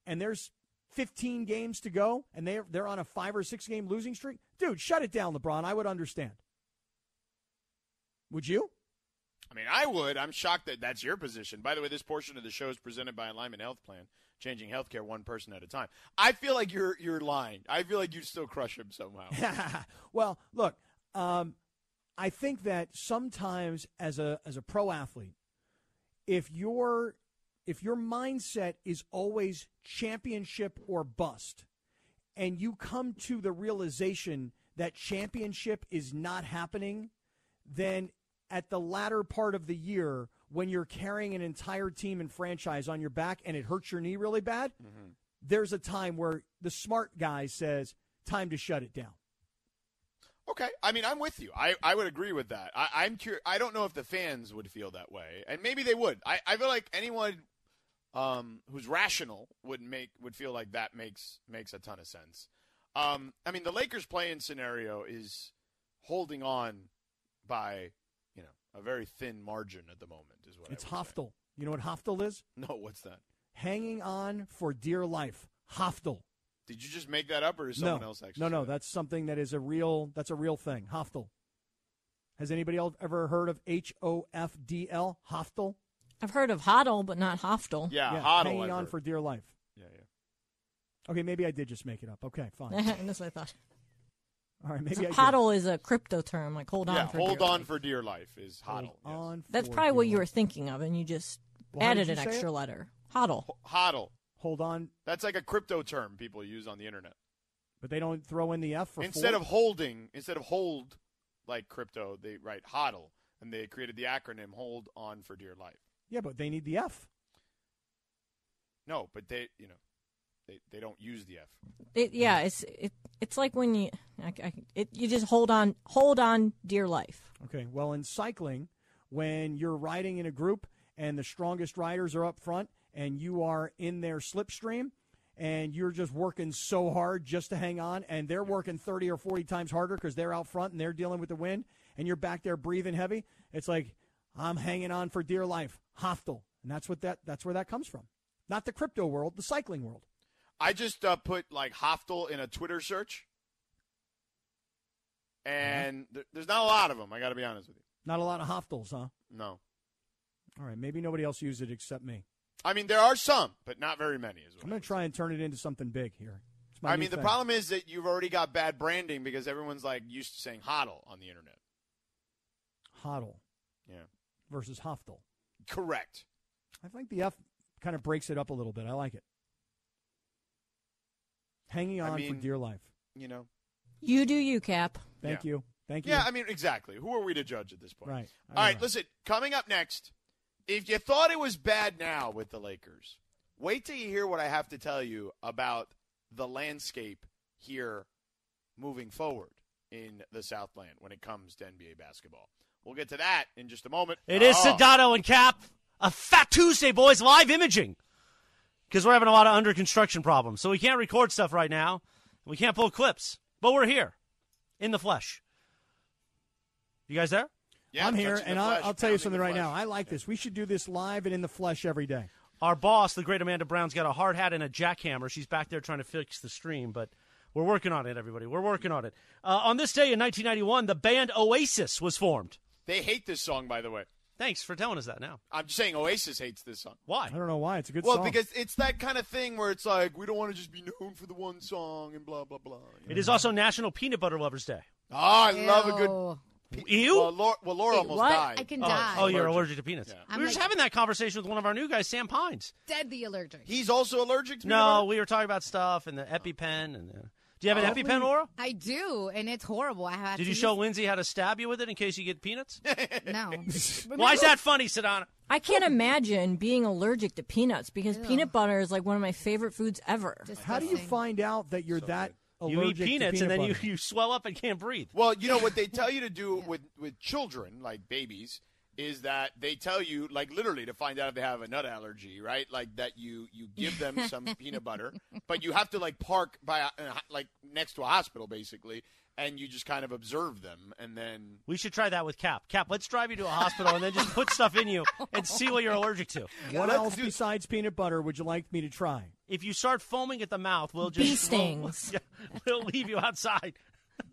Speaker 1: and there's 15 games to go, and they're they're on a five or six game losing streak, dude, shut it down, LeBron. I would understand. Would you?
Speaker 2: I mean, I would. I'm shocked that that's your position. By the way, this portion of the show is presented by Alignment Health Plan, changing healthcare one person at a time. I feel like you're you're lying. I feel like you'd still crush him somehow.
Speaker 1: well, look, um, I think that sometimes as a as a pro athlete, if your if your mindset is always championship or bust, and you come to the realization that championship is not happening, then at the latter part of the year when you're carrying an entire team and franchise on your back and it hurts your knee really bad, there's a time where the smart guy says, "Time to shut it down."
Speaker 2: Okay, I mean, I'm with you. I, I would agree with that. I, I'm cur- I don't know if the fans would feel that way, and maybe they would. I, I feel like anyone um, who's rational would make would feel like that makes makes a ton of sense. Um, I mean, the Lakers play-in scenario is holding on by you know a very thin margin at the moment. Is what I
Speaker 1: It's
Speaker 2: would say.
Speaker 1: Hoftel. You know what Hoftel is?
Speaker 2: No, what's that?
Speaker 1: Hanging on for dear life. Hoftel.
Speaker 2: Did you just make that up, or is someone
Speaker 1: no.
Speaker 2: else actually?
Speaker 1: no,
Speaker 2: say
Speaker 1: no,
Speaker 2: that?
Speaker 1: that's something that is a real that's a real thing. Hoftel. Has anybody else ever heard of H O F D L? Hoftel?
Speaker 3: I've heard of Hoddle, but not Hoftel.
Speaker 2: yeah,
Speaker 1: yeah,
Speaker 2: Hoddle,
Speaker 1: hanging
Speaker 2: I've
Speaker 1: on
Speaker 2: heard.
Speaker 1: for dear life.
Speaker 2: yeah, yeah.
Speaker 1: Okay, maybe I did just make it up. Okay, fine.
Speaker 3: That's what I thought.
Speaker 1: All right, maybe I did.
Speaker 3: Hoddle is a crypto term, like hold on
Speaker 2: yeah,
Speaker 3: for
Speaker 2: hold
Speaker 3: dear
Speaker 2: on
Speaker 3: life.
Speaker 2: for dear life is
Speaker 1: Hold
Speaker 2: Hoddle. yes.
Speaker 1: on
Speaker 3: That's
Speaker 1: for
Speaker 3: probably what
Speaker 1: dear
Speaker 3: you were
Speaker 1: life.
Speaker 3: thinking of, and you just
Speaker 1: Well, how
Speaker 3: added
Speaker 1: did
Speaker 3: an
Speaker 1: you say
Speaker 3: extra
Speaker 1: it?
Speaker 3: letter. Hoddle.
Speaker 2: Hoddle.
Speaker 1: Hold on,
Speaker 2: That's like a crypto term people use on the internet.
Speaker 1: but they don't throw in the F for
Speaker 2: instead
Speaker 1: four?
Speaker 2: of holding, instead of hold like crypto, they write hodl, and they created the acronym "Hold on for dear life."
Speaker 1: Yeah, but they need the F.
Speaker 2: No, but they, you know, they, they don't use the F.
Speaker 3: It, yeah,
Speaker 1: Hmm.
Speaker 3: it's it, it's like when you I, I, it, you just hold on, hold on, dear life.
Speaker 1: Okay. Well, in cycling, when you're riding in a group and the strongest riders are up front and you are in their slipstream and you're just working so hard just to hang on and they're working 30 or 40 times harder because they're out front and they're dealing with the wind and you're back there breathing heavy, it's like, I'm hanging on for dear life. Hoftel. And that's what that, that's where that comes from. Not the crypto world, the cycling world.
Speaker 2: I just uh, put like Hoftel in a Twitter search, and
Speaker 1: Mm-hmm.
Speaker 2: there- there's not a lot of them. I got to be honest with you.
Speaker 1: Not a lot of Hoftels, huh?
Speaker 2: No,
Speaker 1: All right. Maybe nobody else used it except me.
Speaker 2: I mean there are some, but not very many. Is what
Speaker 1: I'm
Speaker 2: I
Speaker 1: going
Speaker 2: would
Speaker 1: to
Speaker 2: say.
Speaker 1: try and turn it into something big here. It's my
Speaker 2: I
Speaker 1: new
Speaker 2: mean, the
Speaker 1: thing.
Speaker 2: problem is that you've already got bad branding because everyone's like used to saying hodl on the internet.
Speaker 1: Hoddle.
Speaker 2: Yeah,
Speaker 1: versus Hoftel.
Speaker 2: correct.
Speaker 1: I think the F kind of breaks it up a little bit. I like it. Hanging
Speaker 2: I
Speaker 1: on for
Speaker 2: mean-
Speaker 1: dear life.
Speaker 2: You know.
Speaker 3: You do you, Cap.
Speaker 1: Thank
Speaker 2: Yeah.
Speaker 1: you. Thank you.
Speaker 2: Yeah, I mean, exactly. Who are we to judge at this point?
Speaker 1: Right. I
Speaker 2: All right,
Speaker 1: don't know.
Speaker 2: listen, coming up next, if you thought it was bad now with the Lakers, wait till you hear what I have to tell you about the landscape here moving forward in the Southland when it comes to NBA basketball. We'll get to that in just a moment.
Speaker 6: It is
Speaker 2: Oh.
Speaker 6: Sedato and Cap. A Fat Tuesday, boys. Live imaging. Because we're having a lot of under construction problems. So we can't record stuff right now. We can't pull clips. But we're here in the flesh. You guys there?
Speaker 2: Yeah,
Speaker 1: I'm here,
Speaker 2: touching the
Speaker 1: and I'll,
Speaker 2: flesh,
Speaker 1: I'll tell you
Speaker 2: pounding the
Speaker 1: something right
Speaker 2: flesh.
Speaker 1: now. I like this. We should do this live and in the flesh every day.
Speaker 6: Our boss, the great Amanda Brown's got a hard hat and a jackhammer. She's back there trying to fix the stream, but we're working on it, everybody. We're working on it. Uh, on this day in 1991, the band Oasis was formed.
Speaker 2: They hate this song, by the way.
Speaker 6: Thanks for telling us that now.
Speaker 2: I'm just saying Oasis hates this song.
Speaker 6: Why?
Speaker 1: I don't know why. It's a good
Speaker 2: Well,
Speaker 1: song.
Speaker 2: because it's that kind of thing where it's like we don't want to just be known for the one song and blah blah blah.
Speaker 6: It is also National Peanut Butter Lovers Day.
Speaker 2: Oh, I love a good.
Speaker 4: Ew.
Speaker 6: Ew.
Speaker 2: Well, Laura, well, Laura
Speaker 3: Wait,
Speaker 2: almost
Speaker 3: what?
Speaker 2: died.
Speaker 4: I can
Speaker 6: Oh,
Speaker 4: die.
Speaker 6: oh, you're allergic to peanuts.
Speaker 4: I'm
Speaker 6: we were just
Speaker 4: like-
Speaker 6: having that conversation with one of our new guys, Sam Pines.
Speaker 4: deadly allergic.
Speaker 2: He's also allergic to
Speaker 6: No,
Speaker 2: peanut
Speaker 6: we were talking about stuff and the EpiPen. And the... do you have an EpiPen, Laura?
Speaker 4: I do, and it's horrible. I have. to
Speaker 6: Did you
Speaker 4: use-
Speaker 6: show Lindsay how to stab you with it in case you get peanuts?
Speaker 4: No.
Speaker 6: Why is that funny, Sedona?
Speaker 3: I can't imagine being allergic to peanuts because peanut butter is like one of my favorite foods ever.
Speaker 1: How do you
Speaker 4: Disgusting.
Speaker 1: find out that you're that
Speaker 6: You
Speaker 1: allergic
Speaker 6: eat peanuts
Speaker 1: to
Speaker 6: and
Speaker 1: peanut
Speaker 6: then
Speaker 1: butter?
Speaker 6: you, you swell up and can't breathe.
Speaker 2: Well, you know what they tell you to do with with children, like babies, is that they tell you, like literally, to find out if they have a nut allergy, right? Like that you you give them some peanut butter, but you have to like park by a, uh, like next to a hospital, basically, and you just kind of observe them, and then
Speaker 6: We should try that with Cap. Cap, let's drive you to a hospital and then just put stuff in you and see what you're allergic to.
Speaker 1: What
Speaker 2: Let's
Speaker 1: else
Speaker 2: do-
Speaker 1: besides peanut butter would you like me to try?
Speaker 6: If you start foaming at the mouth, we'll just
Speaker 3: Bee stings.
Speaker 6: We'll, yeah, we'll leave you outside.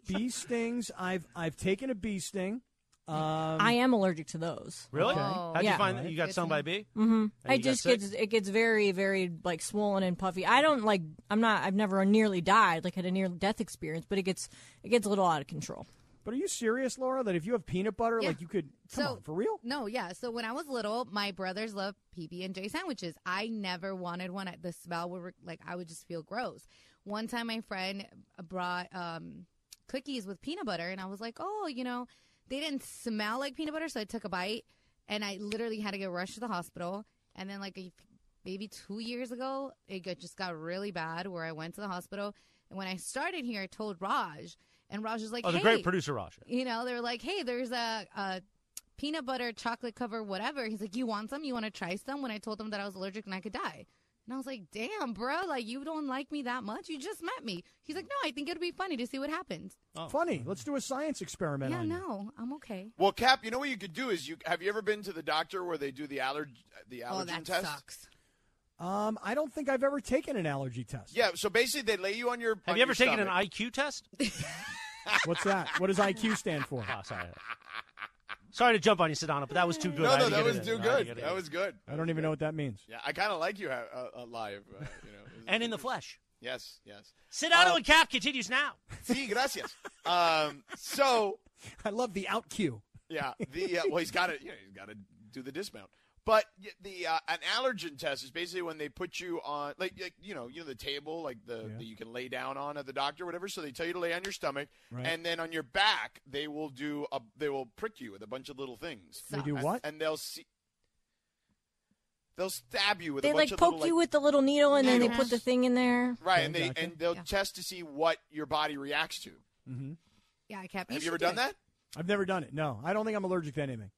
Speaker 1: Bee stings. I've I've taken a bee sting. Um,
Speaker 3: I am allergic to those.
Speaker 6: Really?
Speaker 4: Okay.
Speaker 6: How'd you
Speaker 3: Yeah.
Speaker 6: find that? You got
Speaker 4: Good
Speaker 6: stung
Speaker 4: to
Speaker 6: by a
Speaker 4: know.
Speaker 6: bee?
Speaker 3: hmm
Speaker 6: And
Speaker 3: I
Speaker 6: you got
Speaker 3: just
Speaker 6: sick?
Speaker 3: gets it gets very very like swollen and puffy. I don't like I'm not I've never nearly died like had a near death experience, but it gets it gets a little out of control.
Speaker 1: but are you serious, Laura? That if you have peanut butter,
Speaker 4: Yeah.
Speaker 1: like you could come on for real?
Speaker 4: No, yeah. So when I was little, my brothers loved PB and J sandwiches. I never wanted one. The smell would re- like I would just feel gross. One time, my friend brought um, cookies with peanut butter, and I was like, "Oh, you know, they didn't smell like peanut butter." So I took a bite, and I literally had to get rushed to the hospital. And then, like a, maybe two years ago, it got, just got really bad, where I went to the hospital. And when I started here, I told Raj, and Raj was like,
Speaker 6: Oh, the
Speaker 4: hey,
Speaker 6: great producer, Raja.
Speaker 4: you know, they're like, hey, there's a, a peanut butter chocolate cover, whatever. He's like, you want some? You want to try some? When I told him that I was allergic and I could die. And I was like, damn, bro, like you don't like me that much. You just met me. He's like, no, I think it'd be funny to see what happens.
Speaker 6: Oh.
Speaker 1: Funny. Let's do a science experiment.
Speaker 4: yeah,
Speaker 1: on you.
Speaker 4: no, I'm okay.
Speaker 2: Well, Cap, you know what you could do is you have you ever been to the doctor where they do the allerg the allergen
Speaker 4: oh, that
Speaker 2: test?
Speaker 4: sucks.
Speaker 1: Um, I don't think I've ever taken an allergy test.
Speaker 2: Yeah, so basically they lay you on your.
Speaker 6: Have
Speaker 2: on
Speaker 6: you ever
Speaker 2: your
Speaker 6: taken
Speaker 2: stomach.
Speaker 6: an IQ test?
Speaker 1: What's that? What does IQ stand for?
Speaker 6: Oh, sorry. Sorry to jump on you, Sedona, but that was too good. I
Speaker 2: No,
Speaker 6: had
Speaker 2: no,
Speaker 6: to
Speaker 2: that
Speaker 6: get
Speaker 2: was
Speaker 6: it in.
Speaker 2: too
Speaker 6: I had to
Speaker 2: good.
Speaker 6: get it e-
Speaker 2: That
Speaker 6: in.
Speaker 2: was good.
Speaker 1: I don't even know what that means.
Speaker 2: Yeah, I kind of like you uh, uh, alive. Uh, you know, It was-
Speaker 6: And in the flesh.
Speaker 2: Yes, yes.
Speaker 6: Sedano and Cap continues now.
Speaker 2: Sí, gracias. Um, so
Speaker 1: I love the out cue.
Speaker 2: yeah, the uh, well, he's got to you know, he's got to do the dismount. But y- the uh, an allergen test is basically when they put you on like, like, you know you know the table like the that you can lay down on at the doctor or whatever. So they tell you to lay on your stomach,
Speaker 1: Right.
Speaker 2: and then on your back they will do a, they will prick you with a bunch of little things.
Speaker 1: They do what?
Speaker 2: And they'll see. They'll stab you with
Speaker 3: They
Speaker 2: a bunch
Speaker 3: like
Speaker 2: of
Speaker 3: poke
Speaker 2: little,
Speaker 3: you with the little needle and then they
Speaker 2: needles.
Speaker 3: put the thing in there.
Speaker 2: right, and they
Speaker 1: Gotcha.
Speaker 2: and they'll
Speaker 4: Yeah.
Speaker 2: test to see what your body reacts to.
Speaker 4: Yeah, I kept.
Speaker 2: Have you ever
Speaker 4: should do
Speaker 2: done
Speaker 4: it.
Speaker 2: that?
Speaker 1: I've never done it. No, I don't think I'm allergic to anything.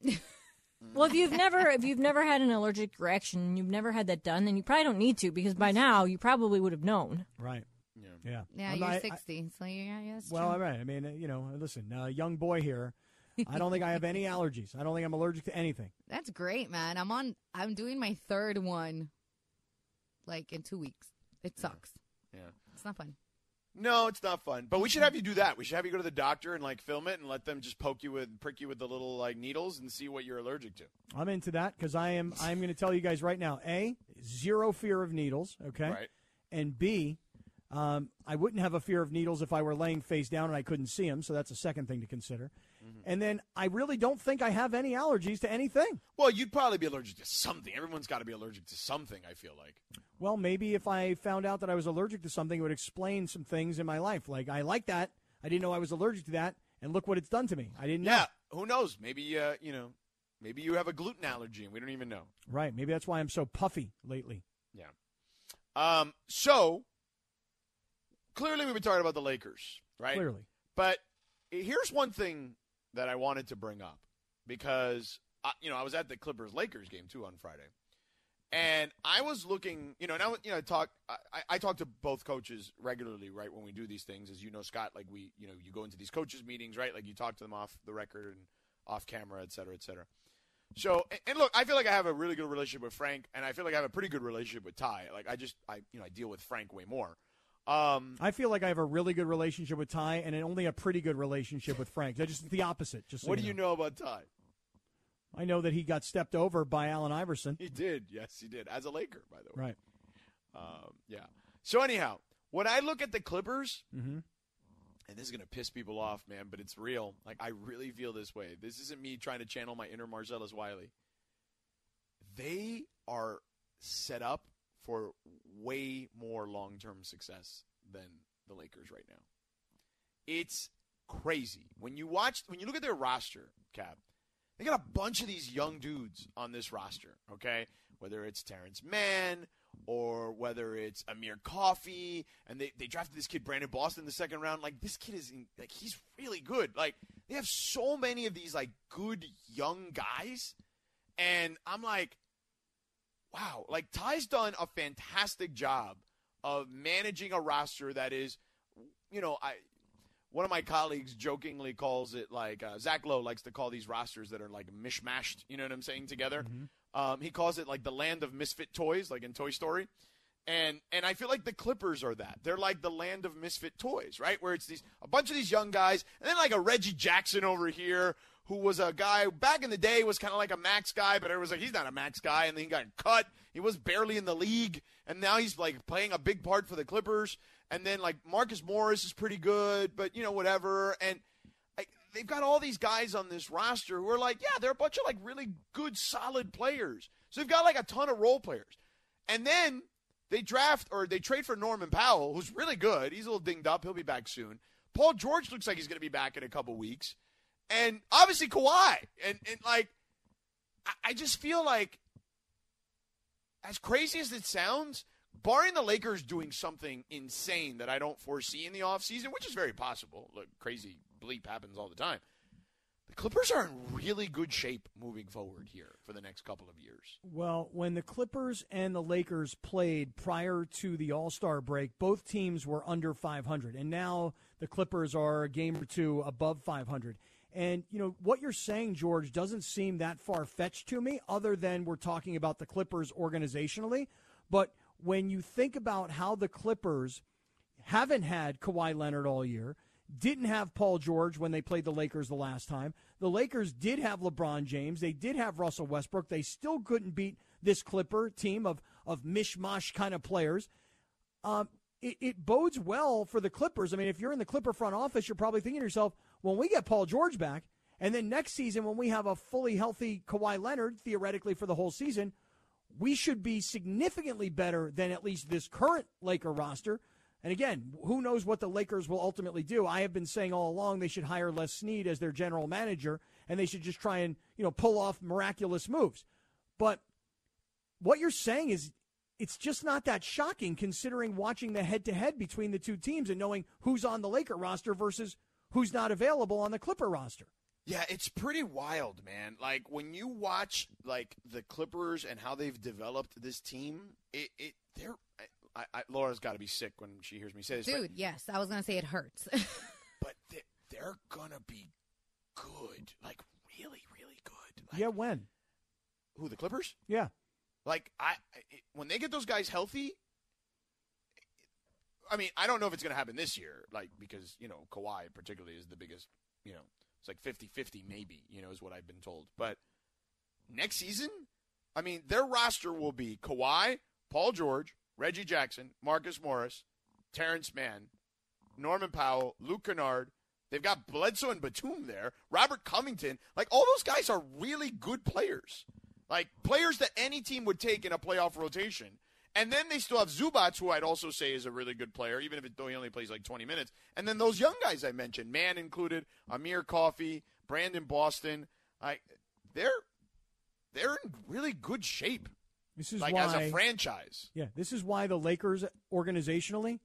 Speaker 3: Well, if you've never if you've never had an allergic reaction, and you've never had that done, then you probably don't need to because by now you probably would have known.
Speaker 1: Right.
Speaker 2: Yeah.
Speaker 1: Yeah.
Speaker 4: Yeah,
Speaker 1: I'm
Speaker 4: you're
Speaker 1: not- I-
Speaker 4: 60, so you're, yeah, yeah, that's
Speaker 1: Well, all
Speaker 4: true.
Speaker 1: right. I mean, uh, you know, listen, uh, young boy here. I don't think I have any allergies. I don't think I'm allergic to anything.
Speaker 4: that's great, man. I'm on. I'm doing my third one, like in two weeks. It sucks.
Speaker 2: Yeah.
Speaker 4: It's not fun.
Speaker 2: No, it's not fun. But we
Speaker 1: Mm-hmm.
Speaker 2: should have you do that. We should have you go to the doctor and like film it and let them just poke you with prick you with the little like needles and see what you're allergic to.
Speaker 1: I'm into that because I am. I'm going to tell you guys right now. A zero fear of needles. Okay.
Speaker 2: Right.
Speaker 1: And B, um, I wouldn't have a fear of needles if I were laying face down and I couldn't see them. So that's a second thing to consider.
Speaker 2: Mm-hmm.
Speaker 1: And then I really don't think I have any allergies to anything.
Speaker 2: Well, you'd probably be allergic to something. Everyone's got to be allergic to something, I feel like.
Speaker 1: Well, maybe if I found out that I was allergic to something, it would explain some things in my life. Like I like that. I didn't know I was allergic to that, and look what it's done to me. I didn't know.
Speaker 2: Yeah, who knows? Maybe uh, you know, Maybe you have a gluten allergy and we don't even know.
Speaker 1: Right. Maybe that's why I'm so puffy lately.
Speaker 2: Yeah. Um, so clearly we've been talking about the Lakers, right?
Speaker 1: Clearly.
Speaker 2: But here's one thing that I wanted to bring up because I, you know I was at the Clippers Lakers game too on Friday, and I was looking, you know, and I you know I talk I, I talk to both coaches regularly, right? When we do these things, as you know, Scott, like we you know you go into these coaches meetings, right? Like you talk to them off the record and off camera, et cetera, et cetera. So and- and look, I feel like I have a really good relationship with Frank, and I feel like I have a pretty good relationship with Ty. Like I just I you know I deal with Frank way more. Um,
Speaker 1: I feel like I have a really good relationship with Ty and only a pretty good relationship with Frank. That's just the opposite. Just so
Speaker 2: what do you know about Ty?
Speaker 1: I know that he got stepped over by Allen Iverson.
Speaker 2: He did, yes, he did, as a Laker, by the way.
Speaker 1: Right.
Speaker 2: Um, yeah. So anyhow, when I look at the Clippers,
Speaker 1: Mhm.
Speaker 2: and this is gonna piss people off, man, but it's real. Like I really feel this way. This isn't me trying to channel my inner Marcellus Wiley. They are set up for way more long-term success than the Lakers right now. It's crazy when you watch when you look at their roster cap they got a bunch of these young dudes on this roster okay whether it's terrence mann or whether it's amir coffee and they, they drafted this kid brandon boston in the second round like this kid is in, like he's really good like they have so many of these like good young guys and i'm like wow like ty's done a fantastic job of managing a roster that is you know i one of my colleagues jokingly calls it like uh, Zach Lowe likes to call these rosters that are like mishmashed. You know what I'm saying? Together, um, he calls it like the land of misfit toys, like in Toy Story. And and I feel like the Clippers are that. They're like the land of misfit toys, right? Where it's these a bunch of these young guys, and then like a Reggie Jackson over here, who was a guy back in the day was kind of like a max guy, but it was like he's not a max guy, and then he got cut. He was barely in the league, and now he's like playing a big part for the Clippers. And then like Marcus Morris is pretty good, but you know whatever. And like they've got all these guys on this roster who are like, yeah, they're a bunch of like really good, solid players. So they've got like a ton of role players, and then they draft or they trade for Norman Powell, who's really good. He's a little dinged up. He'll be back soon. Paul George looks like he's going to be back in a couple weeks, and obviously Kawhi. And and like, I, I just feel like, as crazy as it sounds, barring the Lakers doing something insane that I don't foresee in the offseason, which is very possible. Look, crazy bleep happens all the time. The Clippers are in really good shape moving forward here for the next couple of years.
Speaker 1: Well, when the Clippers and the Lakers played prior to the All Star break, both teams were under 500. And now the Clippers are a game or two above 500. And, you know, what you're saying, George, doesn't seem that far fetched to me, other than we're talking about the Clippers organizationally. But when you think about how the Clippers haven't had Kawhi Leonard all year, didn't have Paul George when they played the Lakers the last time. The Lakers did have LeBron James. They did have Russell Westbrook. They still couldn't beat this Clipper team of, of mishmash kind of players. Um, it, it bodes well for the Clippers. I mean, if you're in the Clipper front office, you're probably thinking to yourself, when we get Paul George back, and then next season, when we have a fully healthy Kawhi Leonard, theoretically for the whole season, we should be significantly better than at least this current Laker roster. And again, who knows what the Lakers will ultimately do? I have been saying all along they should hire Les Snead as their general manager, and they should just try and you know pull off miraculous moves. But what you're saying is it's just not that shocking considering watching the head to head between the two teams and knowing who's on the Laker roster versus who's not available on the Clipper roster.
Speaker 2: Yeah, it's pretty wild, man. Like when you watch like the Clippers and how they've developed this team, it, it they're I, I, Laura's got to be sick when she hears me say this, but-
Speaker 4: Dude, yes, I was gonna say it hurts.
Speaker 2: but, they, they're gonna be good, like really, really good. Like,
Speaker 1: Yeah, when?
Speaker 2: who the Clippers?
Speaker 1: Yeah.
Speaker 2: Like I, I- when they get those guys healthy, I mean, I don't know if it's going to happen this year, like because you know Kawhi particularly is the biggest. You know, it's like 50-50 maybe. You know, is what I've been told. But next season, I mean, their roster will be Kawhi, Paul George, Reggie Jackson, Marcus Morris, Terrence Mann, Norman Powell, Luke Kennard. They've got Bledsoe and Batum there, Robert Covington. Like all those guys are really good players, like players that any team would take in a playoff rotation. And then they still have Zubats, who I'd also say is a really good player, even if it, though he only plays like 20 minutes. And then those young guys I mentioned, man included, Amir Coffee, Brandon Boston. Like they're they're in really good shape,
Speaker 1: This is
Speaker 2: like
Speaker 1: why.
Speaker 2: as a franchise.
Speaker 1: Yeah, this is why the Lakers organizationally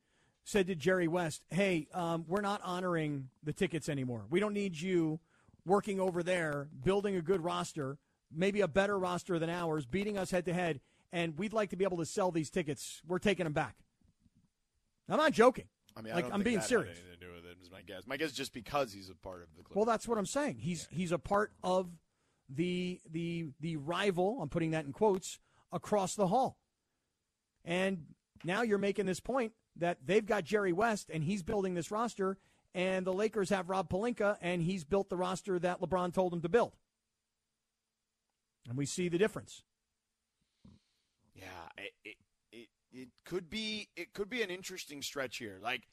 Speaker 1: said to Jerry West, "Hey, um, we're not honoring the tickets anymore. We don't need you working over there, building a good roster, maybe a better roster than ours, beating us head to head, and we'd like to be able to sell these tickets. We're taking them back." I'm not joking.
Speaker 2: I mean, I
Speaker 1: like
Speaker 2: don't
Speaker 1: am
Speaker 2: think
Speaker 1: being
Speaker 2: that had
Speaker 1: serious.
Speaker 2: anything to do with it, is my guess. My guess is just because he's a part of the Clippers.
Speaker 1: Well, that's what I'm saying. He's he's a part of the the the rival. I'm putting that in quotes across the hall. And now you're making this point that they've got Jerry West and he's building this roster, and the Lakers have Rob Palinka and he's built the roster that LeBron told him to build. And we see the difference.
Speaker 2: Yeah, it, it it it could be it could be an interesting stretch here. Like,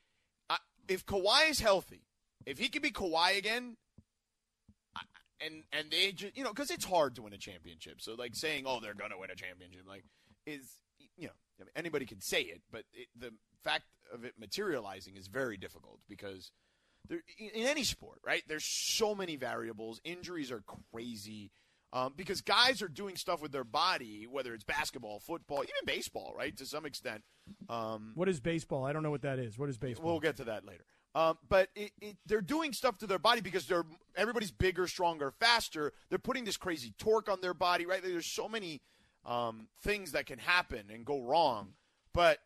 Speaker 2: I, if Kawhi is healthy, if he could be Kawhi again, I, and and they just you know because it's hard to win a championship. So like saying oh they're gonna win a championship like is you know I mean, anybody can say it, but it, the fact of it materializing is very difficult because there, in in any sport, right? There's so many variables. Injuries are crazy um, because guys are doing stuff with their body, whether it's basketball, football, even baseball, right? To some extent, um,
Speaker 1: What is baseball? I don't know what that is. What is baseball?
Speaker 2: We'll get to that later. Um, but it, it, they're doing stuff to their body because they're everybody's bigger, stronger, faster. They're putting this crazy torque on their body, right? There's so many um, things that can happen and go wrong. But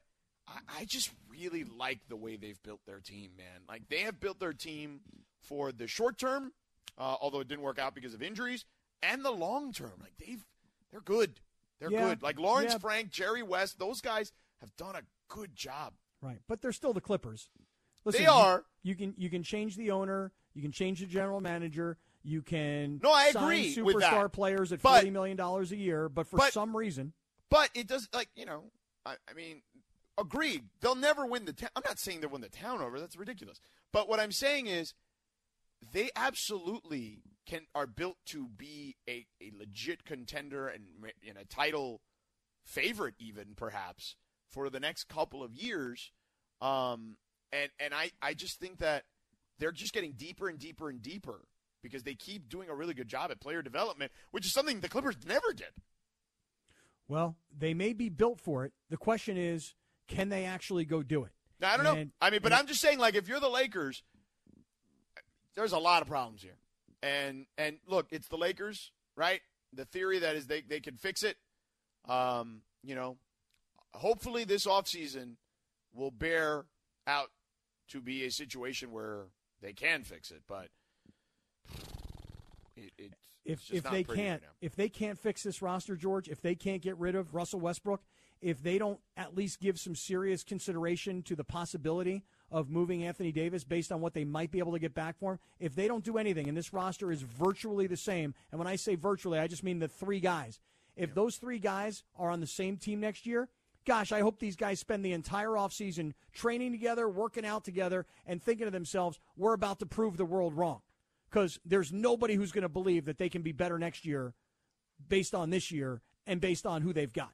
Speaker 2: I, I just really like the way they've built their team, man. Like they have built their team for the short term, uh, although it didn't work out because of injuries, and the long term. Like they've they're good. They're
Speaker 1: Yeah.
Speaker 2: good. Like Lawrence
Speaker 1: Yeah.
Speaker 2: Frank, Jerry West, those guys have done a good job.
Speaker 1: Right, but they're still the Clippers.
Speaker 2: They are.
Speaker 1: You, you can you can change the owner. You can change the general manager. You can
Speaker 2: No, I
Speaker 1: sign
Speaker 2: agree
Speaker 1: superstar
Speaker 2: with that.
Speaker 1: players at
Speaker 2: But-
Speaker 1: forty million dollars a year, but for
Speaker 2: but-
Speaker 1: some reason,
Speaker 2: But it does, like, you know, I, I mean, agreed. They'll never win the town. I'm not saying they'll win the town over. That's ridiculous. But what I'm saying is they absolutely can are built to be a, a legit contender and, ma- and a title favorite, even perhaps, for the next couple of years. Um, and and I, I just think that they're just getting deeper and deeper and deeper because they keep doing a really good job at player development, which is something the Clippers never did.
Speaker 1: well, they may be built for it. The question is, can they actually go do it?
Speaker 2: No, I don't know.
Speaker 1: And-
Speaker 2: I mean, but
Speaker 1: and-
Speaker 2: I'm just saying, like, if you're the Lakers, there's a lot of problems here. And and look, it's the Lakers, right? The theory that is they, they can fix it. Um, you know, hopefully this offseason will bear out to be a situation where they can fix it, but it, it's it's
Speaker 1: If
Speaker 2: just
Speaker 1: if
Speaker 2: not
Speaker 1: they
Speaker 2: pretty right
Speaker 1: can't
Speaker 2: now.
Speaker 1: if they can't fix this roster, George, if they can't get rid of Russell Westbrook, if they don't at least give some serious consideration to the possibility of moving Anthony Davis based on what they might be able to get back for him, if they don't do anything and this roster is virtually the same, and when I say virtually, I just mean the three guys. If those three guys are on the same team next year, gosh, I hope these guys spend the entire offseason training together, working out together, and thinking to themselves, we're about to prove the world wrong because there's nobody who's going to believe that they can be better next year based on this year and based on who they've got.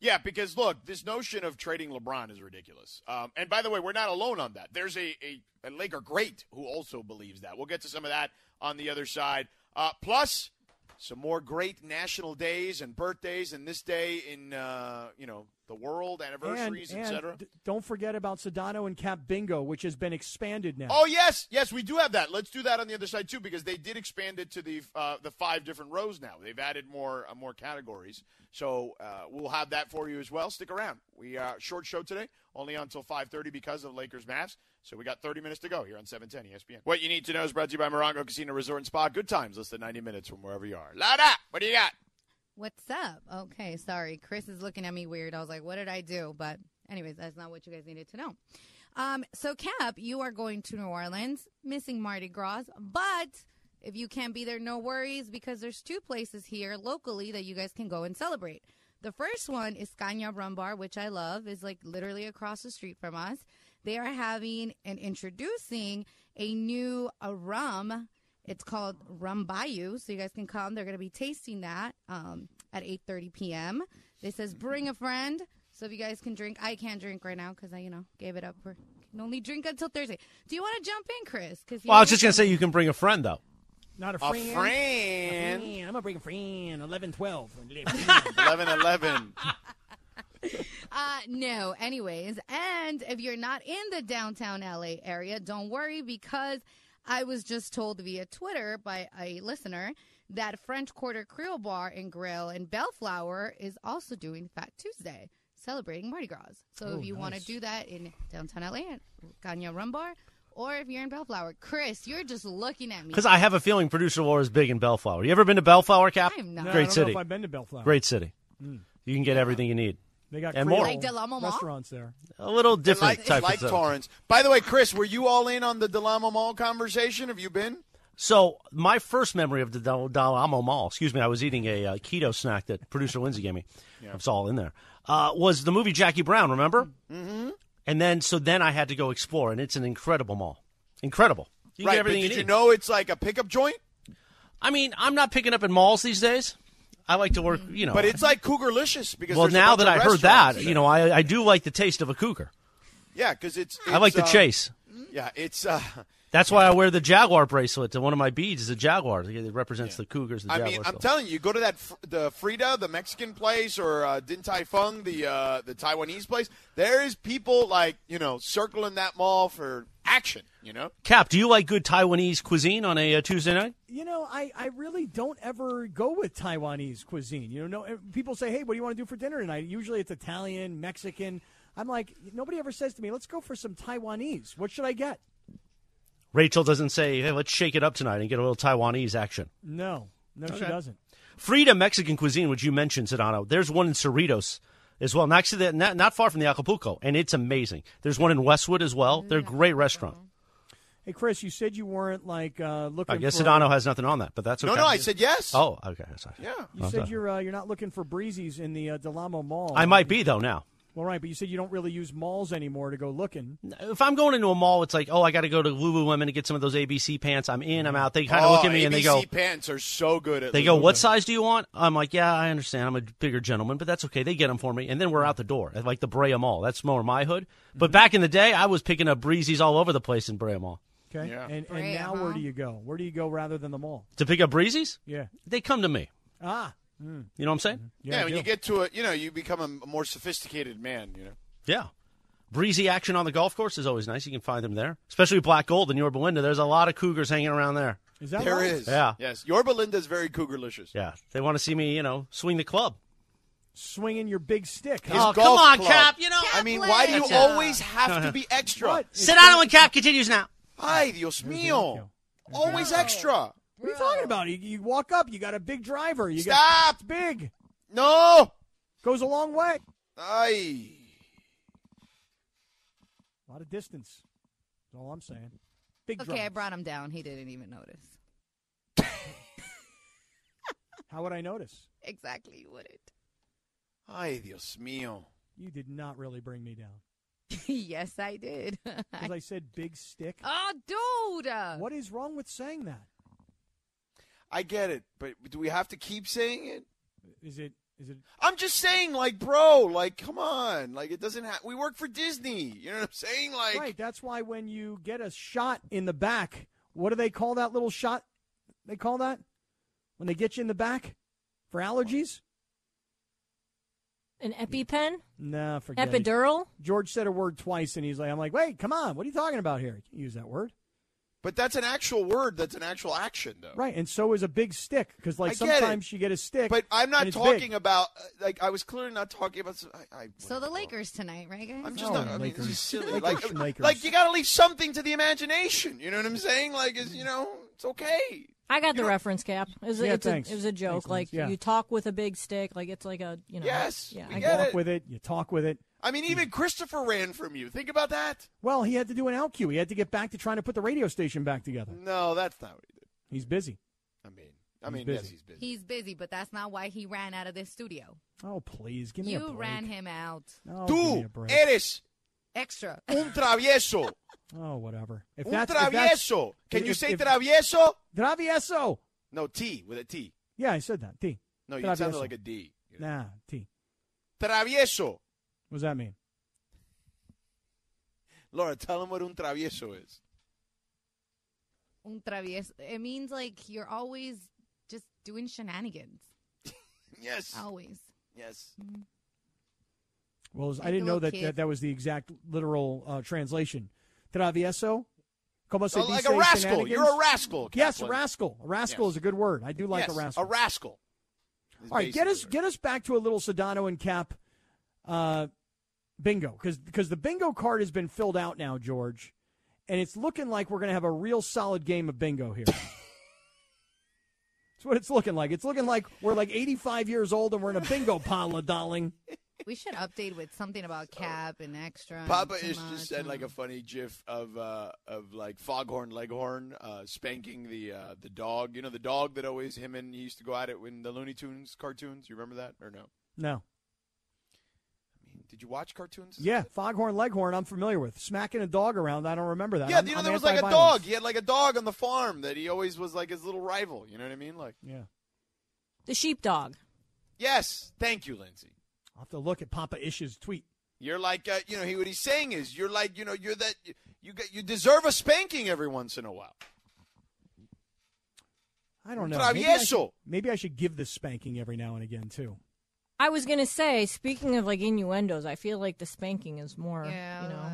Speaker 2: Yeah, because look, this notion of trading LeBron is ridiculous. Um, and by the way, we're not alone on that. There's a, a, a Laker great who also believes that. We'll get to some of that on the other side. Uh, plus, some more great national days and birthdays, and this day in uh, you know the world
Speaker 1: And,
Speaker 2: anniversaries,
Speaker 1: and
Speaker 2: etc.
Speaker 1: d- don't forget about Sedano and Cap Bingo, which has been expanded now.
Speaker 2: Oh yes, yes, we do have that. Let's do that on the other side too, because they did expand it to the uh, the five different rows now. They've added more uh, more categories, so uh, we'll have that for you as well. Stick around. We are short show today, only until five thirty because of Lakers Mavs. So we got thirty minutes to go here on seven ten E ESPN. What you need to know is brought to you by Morongo Casino Resort and Spa. Good times, less than ninety minutes from wherever you are. Lada, what do you got?
Speaker 4: What's up? Okay, sorry. Chris is looking at me weird. I was like, what did I do? But, anyways, that's not what you guys needed to know. Um, so, Cap, you are going to New Orleans, missing Mardi Gras, but if you can't be there, no worries because there's two places here locally that you guys can go and celebrate. The first one is Scania Rum Bar, which I love, is like literally across the street from us. They are having and introducing a new uh, rum it's called Rum Bayou, so you guys can come. They're going to be tasting that um, at 8:30 p.m. This says bring a friend, so if you guys can drink, I can't drink right now because I, you know, gave it up. We can only drink until Thursday. Do you want to jump in, Chris? Because
Speaker 6: Well, I was just gonna say you can bring a friend though.
Speaker 1: Not a
Speaker 2: A
Speaker 1: friend.
Speaker 2: friend.
Speaker 1: Yeah, I'm going to bring a friend. 11, 12.
Speaker 2: 11 11.
Speaker 4: Uh, no, anyways. And if you're not in the downtown LA area, don't worry because I was just told via Twitter by a listener that French Quarter Creole Bar and Grill in Bellflower is also doing Fat Tuesday, celebrating Mardi Gras. So
Speaker 6: Oh,
Speaker 4: if you want to do that in downtown LA at Ganya Rum Bar, or if you're in Bellflower, Chris, you're just looking at me.
Speaker 6: Because I have a feeling producer war is big in Bellflower. You ever been to Bellflower, Cap?
Speaker 4: I am not. No, I
Speaker 6: Great
Speaker 1: I don't
Speaker 6: city.
Speaker 1: know if I've been to Bellflower.
Speaker 6: Great city. You can get everything you need.
Speaker 1: They got
Speaker 6: And
Speaker 1: Creole
Speaker 6: more. Like
Speaker 4: Delamo Mall?
Speaker 1: restaurants there.
Speaker 6: A little different
Speaker 2: like,
Speaker 6: type
Speaker 2: like
Speaker 6: of zone.
Speaker 2: Torrance. By the way, Chris, were you all in on the Delamo Mall conversation? Have you been?
Speaker 6: So my first memory of the Del- Delamo Mall, excuse me, I was eating a uh, keto snack that producer Lindsay gave me. It's all in there. Uh, was the movie Jackie Brown? Remember? Mm-hmm. And then so then I had to go explore, and it's an incredible mall. Incredible. You
Speaker 2: right. but
Speaker 6: get everything
Speaker 2: did
Speaker 6: you
Speaker 2: you,
Speaker 6: need.
Speaker 2: know it's like a pickup joint?
Speaker 6: I mean, I'm not picking up in malls these days. I like to work, you know.
Speaker 2: But it's like Cougarlicious because
Speaker 6: well,
Speaker 2: there's a
Speaker 6: now
Speaker 2: bunch
Speaker 6: that
Speaker 2: of
Speaker 6: I heard that,
Speaker 2: restaurants
Speaker 6: you know, I, I do like the taste of a cougar.
Speaker 2: there. yeah, because it's,
Speaker 6: I like
Speaker 2: it's,
Speaker 6: the
Speaker 2: uh,
Speaker 6: chase.
Speaker 2: Yeah, it's. Uh,
Speaker 6: That's why I wear the jaguar bracelet. One of my beads is a jaguar. It represents the cougars. The
Speaker 2: I
Speaker 6: jaguar.
Speaker 2: mean, I'm telling you, you go to that fr- the Frida, the Mexican place, or uh, Din Tai Fung, the uh, the Taiwanese place. There is people like you know circling that mall for action. You know,
Speaker 6: Cap, do you like good Taiwanese cuisine on a uh, Tuesday night?
Speaker 1: You know, I, I really don't ever go with Taiwanese cuisine. You know, no, eh, people say, hey, what do you want to do for dinner tonight? Usually it's Italian, Mexican. I'm like, nobody ever says to me, let's go for some Taiwanese. What should I get?
Speaker 6: Rachel doesn't say, "Hey, let's shake it up tonight and get a little Taiwanese action."
Speaker 1: No, no, she doesn't.
Speaker 6: Frida Mexican cuisine, which you mentioned, Sedano. There's one in Cerritos as well, next to the, not, not far from the Acapulco, and it's amazing. There's one in Westwood as well. They're a great restaurant.
Speaker 1: Hey, Chris, you said you weren't like uh, looking
Speaker 6: I guess
Speaker 1: for.
Speaker 6: Sedano has nothing on that, but that's okay.
Speaker 2: no, no. I said yes.
Speaker 6: Oh, okay. Sorry.
Speaker 2: yeah.
Speaker 1: You said you're uh, you're not looking for breezies in the uh, Delamo Mall.
Speaker 6: I might be though now.
Speaker 1: Well, right, but you said you don't really use malls anymore to go looking.
Speaker 6: If I'm going into a mall, it's like, oh, I got to go to Lululemon to get some of those ABC pants. I'm in, I'm out. They kind of
Speaker 2: Oh,
Speaker 6: look at me
Speaker 2: ABC
Speaker 6: and they go,
Speaker 2: pants are so good. At
Speaker 6: They go,
Speaker 2: Lululemon.
Speaker 6: "What size do you want?" I'm like, "Yeah, I understand. I'm a bigger gentleman, but that's okay. They get them for me." And then we're out the door at like the Brea Mall. That's more my hood. But
Speaker 2: Mm-hmm.
Speaker 6: back in the day, I was picking up breezies all over the place in Brea Mall.
Speaker 1: Okay,
Speaker 2: Yeah.
Speaker 1: and and
Speaker 4: Right,
Speaker 1: now
Speaker 4: uh-huh.
Speaker 1: where do you go? Where do you go rather than the mall?
Speaker 6: To pick up breezies,
Speaker 1: Yeah.
Speaker 6: they come to me.
Speaker 1: Ah.
Speaker 6: You know what I'm saying?
Speaker 2: Yeah,
Speaker 1: I
Speaker 2: when
Speaker 1: do.
Speaker 2: you get to a, you know, you become a m- more sophisticated man. You know.
Speaker 6: Yeah. Breezy action on the golf course is always nice. You can find them there, especially Black Gold in Yorba Linda. There's a lot of cougars hanging around there.
Speaker 1: Is that
Speaker 2: There
Speaker 1: right?
Speaker 2: is.
Speaker 6: Yeah.
Speaker 2: Yes. Your Belinda's very cougarlicious.
Speaker 6: Yeah, they want to see me, you know, swing the club.
Speaker 1: swinging your big stick?
Speaker 2: His
Speaker 1: Huh?
Speaker 6: oh, come
Speaker 2: golf
Speaker 6: on,
Speaker 2: club.
Speaker 6: Cap! You know,
Speaker 2: I mean, why do you
Speaker 4: That's it.
Speaker 2: always have to be extra?
Speaker 1: What? It's
Speaker 6: sit down when Cap continues now.
Speaker 2: Ay, Dios mío. Always extra.
Speaker 1: What are you talking about? You, you walk up, you got a big driver. You got
Speaker 2: Stop.
Speaker 1: it's big.
Speaker 2: No.
Speaker 1: Goes a long way.
Speaker 2: Ay.
Speaker 1: A lot of distance. That's all I'm saying. Big
Speaker 4: Okay,
Speaker 1: driver.
Speaker 4: I brought him down. He didn't even notice.
Speaker 1: How would I notice?
Speaker 4: Exactly, you wouldn't.
Speaker 2: Ay, Dios mío.
Speaker 1: You did not really bring me down
Speaker 4: yes, I did.
Speaker 1: because I said big stick.
Speaker 4: oh, dude.
Speaker 1: What is wrong with saying that?
Speaker 2: I get it, but do we have to keep saying it?
Speaker 1: Is it? Is it?
Speaker 2: I'm just saying, like, bro, like, come on, like, it doesn't have. We work for Disney, you know what I'm saying? Like,
Speaker 1: right. That's why when you get a shot in the back, what do they call that little shot? They call that when they get you in the back for allergies.
Speaker 3: An EpiPen?
Speaker 1: Nah, forget it.
Speaker 3: Epidural?
Speaker 1: George said a word twice, and he's like, "I'm like, wait, come on, what are you talking about here? You can't use that word,
Speaker 2: but that's an actual word. That's an actual action, though.
Speaker 1: right?" And so is a big stick because, like,
Speaker 2: Oh. I get it.
Speaker 1: sometimes you get a stick,
Speaker 2: But I'm
Speaker 1: and
Speaker 2: not
Speaker 1: it's
Speaker 2: talking
Speaker 1: big.
Speaker 2: about. uh, Like, I was clearly not talking about. I, I,
Speaker 4: So the Lakers tonight, right, guys?
Speaker 2: I'm just
Speaker 1: No,
Speaker 2: not. I mean, this is
Speaker 1: Lakers.
Speaker 2: silly.
Speaker 1: Lakers,
Speaker 2: Like,
Speaker 1: Lakers.
Speaker 2: like you got to leave something to the imagination. You know what I'm saying? Like, is you know, it's okay.
Speaker 3: I got the reference cap. It was, a-
Speaker 1: Yeah,
Speaker 3: it's a,
Speaker 1: thanks.
Speaker 3: it was a joke.
Speaker 1: Thanks,
Speaker 3: like
Speaker 1: Lance. Yeah.
Speaker 3: you talk with a big stick. Like it's like a you know.
Speaker 2: Yes,
Speaker 3: Yeah.
Speaker 2: we
Speaker 3: I
Speaker 1: You
Speaker 2: get
Speaker 3: it.
Speaker 1: walk
Speaker 2: it.
Speaker 1: with it, you talk with it.
Speaker 2: I mean, even Christopher ran from you. Think about that.
Speaker 1: Well, he had to do an out cue. He had to get back to trying to put the radio station back together.
Speaker 2: No, that's not what he did.
Speaker 1: He's busy.
Speaker 2: I mean, I
Speaker 1: He's
Speaker 2: mean,
Speaker 1: busy.
Speaker 2: yes, he's busy.
Speaker 4: He's busy, but that's not why he ran out of this studio.
Speaker 1: Oh, please give me a
Speaker 4: You
Speaker 1: break.
Speaker 4: ran him out.
Speaker 1: Oh, give me a
Speaker 2: Tú
Speaker 1: break.
Speaker 2: eres
Speaker 4: Extra.
Speaker 2: un travieso.
Speaker 1: Oh, whatever. If
Speaker 2: un
Speaker 1: that's, if that's
Speaker 2: travieso. Can you
Speaker 1: if-
Speaker 2: say
Speaker 1: if-
Speaker 2: travieso?
Speaker 1: Travieso.
Speaker 2: No, T with a T.
Speaker 1: Yeah, I said that. T.
Speaker 2: No, you sounded
Speaker 1: Travieso.
Speaker 2: like a D. you know.
Speaker 1: Nah, T.
Speaker 2: Travieso.
Speaker 1: What does that mean?
Speaker 2: Laura, tell him what un travieso is.
Speaker 4: un travieso. It means like you're always just doing shenanigans.
Speaker 2: Yes.
Speaker 4: Always.
Speaker 2: Yes.
Speaker 1: Well, it was- I
Speaker 4: Like
Speaker 1: didn't
Speaker 4: the
Speaker 1: know
Speaker 4: little
Speaker 1: that,
Speaker 4: kid.
Speaker 1: that that was the exact literal uh, translation. Travieso? Como se
Speaker 2: So like a
Speaker 1: dice
Speaker 2: rascal.
Speaker 1: shenanigans?
Speaker 2: You're a rascal.
Speaker 1: Yes, a
Speaker 2: Kaplan.
Speaker 1: rascal. A rascal
Speaker 2: Yes.
Speaker 1: is a good word. I do like
Speaker 2: Yes,
Speaker 1: a rascal.
Speaker 2: A rascal.
Speaker 1: All right, get us get us back to a little Sedano and Cap uh, bingo because the bingo card has been filled out now, George, and it's looking like we're going to have a real solid game of bingo here. That's what it's looking like. It's looking like we're like 85 years old and we're in a bingo pile, darling.
Speaker 4: We should update with something about cab and extra. and
Speaker 2: Oh. Papa
Speaker 4: too
Speaker 2: is
Speaker 4: much
Speaker 2: just said
Speaker 4: and-
Speaker 2: like a funny gif of uh, of like Foghorn Leghorn uh, spanking the uh, the dog. You know the dog that always him and he used to go at it in the Looney Tunes cartoons. You remember that or no?
Speaker 1: No.
Speaker 2: Did you watch cartoons?
Speaker 1: Yeah, Foghorn Leghorn, I'm familiar with. Smacking a dog around, I don't remember that.
Speaker 2: Yeah,
Speaker 1: I'm-
Speaker 2: you know
Speaker 1: I'm
Speaker 2: there was like a
Speaker 1: anti-violence.
Speaker 2: dog. He had like a dog on the farm that he always was like his little rival. You know what I mean? Like
Speaker 1: Yeah.
Speaker 3: The sheepdog.
Speaker 2: yes, thank you, Lindsay.
Speaker 1: I'll have to look at Papa Ish's tweet.
Speaker 2: You're like uh, you know he what he's saying is you're like you know you're that you got, you deserve a spanking every once in a while.
Speaker 1: I don't know. Maybe I, should,
Speaker 2: Travieso.
Speaker 1: maybe I should give this spanking every now and again, too.
Speaker 3: I was gonna say, speaking of like innuendos, I feel like the spanking is more.
Speaker 4: Yeah. uh,
Speaker 3: You know.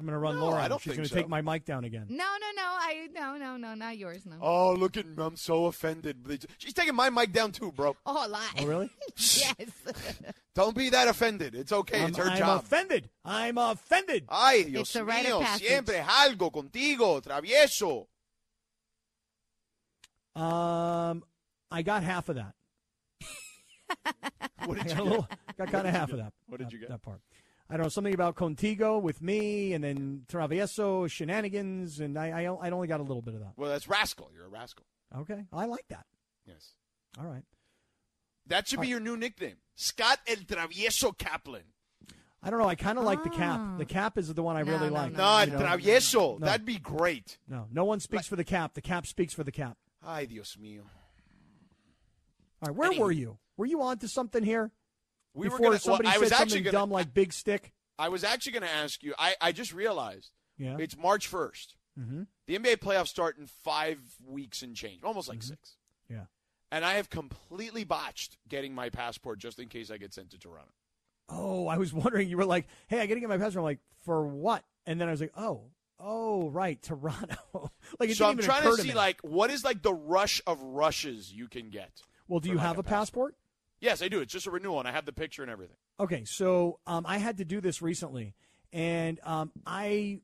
Speaker 1: I'm going to run
Speaker 2: No,
Speaker 1: Laura.
Speaker 2: I
Speaker 1: out.
Speaker 2: don't
Speaker 1: She's
Speaker 2: think
Speaker 1: going to
Speaker 2: so. Mm,
Speaker 1: take my mic down again.
Speaker 4: No, no, no. I no, no, no. Not yours. No. Oh,
Speaker 2: Oh look at him! I'm so offended. She's taking my mic down too, bro.
Speaker 4: a lot.
Speaker 1: Oh, really?
Speaker 4: yes.
Speaker 2: Don't be that offended. It's okay.
Speaker 1: I'm,
Speaker 2: it's her
Speaker 1: Um, I'm
Speaker 2: job.
Speaker 1: offended. I'm offended.
Speaker 2: Ay, Dios
Speaker 4: It's a rite of
Speaker 2: mío,
Speaker 4: passage.
Speaker 2: siempre algo contigo, travieso.
Speaker 1: Um, I got half of that.
Speaker 2: What
Speaker 1: I
Speaker 2: did
Speaker 1: got, a
Speaker 2: you
Speaker 1: little,
Speaker 2: get?
Speaker 1: got kind of half of that.
Speaker 2: What did you
Speaker 1: that-
Speaker 2: get?
Speaker 1: That part. I don't know something about Contigo with me, and then Travieso shenanigans, and I I, I only got a little bit of that.
Speaker 2: Well, that's rascal. You're a rascal.
Speaker 1: Okay, I like that.
Speaker 2: Yes.
Speaker 1: All right.
Speaker 2: That should be your new nickname, Scott El Travieso Kaplan.
Speaker 1: I don't know. I kind of like the cap.
Speaker 3: Ah.
Speaker 1: The cap is the one I
Speaker 4: No,
Speaker 1: really
Speaker 4: no,
Speaker 1: like.
Speaker 2: No,
Speaker 4: No,
Speaker 2: El
Speaker 1: you know?
Speaker 2: Travieso.
Speaker 1: No.
Speaker 2: That'd be great.
Speaker 1: No, no one speaks for the cap. The cap speaks for the cap.
Speaker 2: Ay, Dios mío.
Speaker 1: All right, where
Speaker 2: Anywho.
Speaker 1: were you? Were you onto something here?
Speaker 2: We
Speaker 1: Before
Speaker 2: were gonna,
Speaker 1: somebody
Speaker 2: well, I
Speaker 1: said
Speaker 2: was actually
Speaker 1: something
Speaker 2: gonna,
Speaker 1: dumb like big stick.
Speaker 2: I was actually going to ask you. I, I just realized
Speaker 1: Yeah.
Speaker 2: it's March 1st.
Speaker 1: Mm-hmm.
Speaker 2: The NBA playoffs start in five weeks and change, almost like
Speaker 1: Mm-hmm.
Speaker 2: six.
Speaker 1: Yeah.
Speaker 2: And I have completely botched getting my passport just in case I get sent to Toronto.
Speaker 1: Oh, I was wondering. You were like, "Hey, I got to get my passport." I'm like, "For what?" And then I was like, "Oh, oh, right, Toronto." like, it didn't
Speaker 2: so I'm
Speaker 1: even
Speaker 2: trying
Speaker 1: occur
Speaker 2: to
Speaker 1: to
Speaker 2: see
Speaker 1: me.
Speaker 2: like what is like the rush of rushes you can get.
Speaker 1: well, do
Speaker 2: for,
Speaker 1: you
Speaker 2: like,
Speaker 1: have a passport?
Speaker 2: Yes, I do. It's just a renewal, and I have the picture and everything.
Speaker 1: Okay, so um, I had to do this recently, and um, I,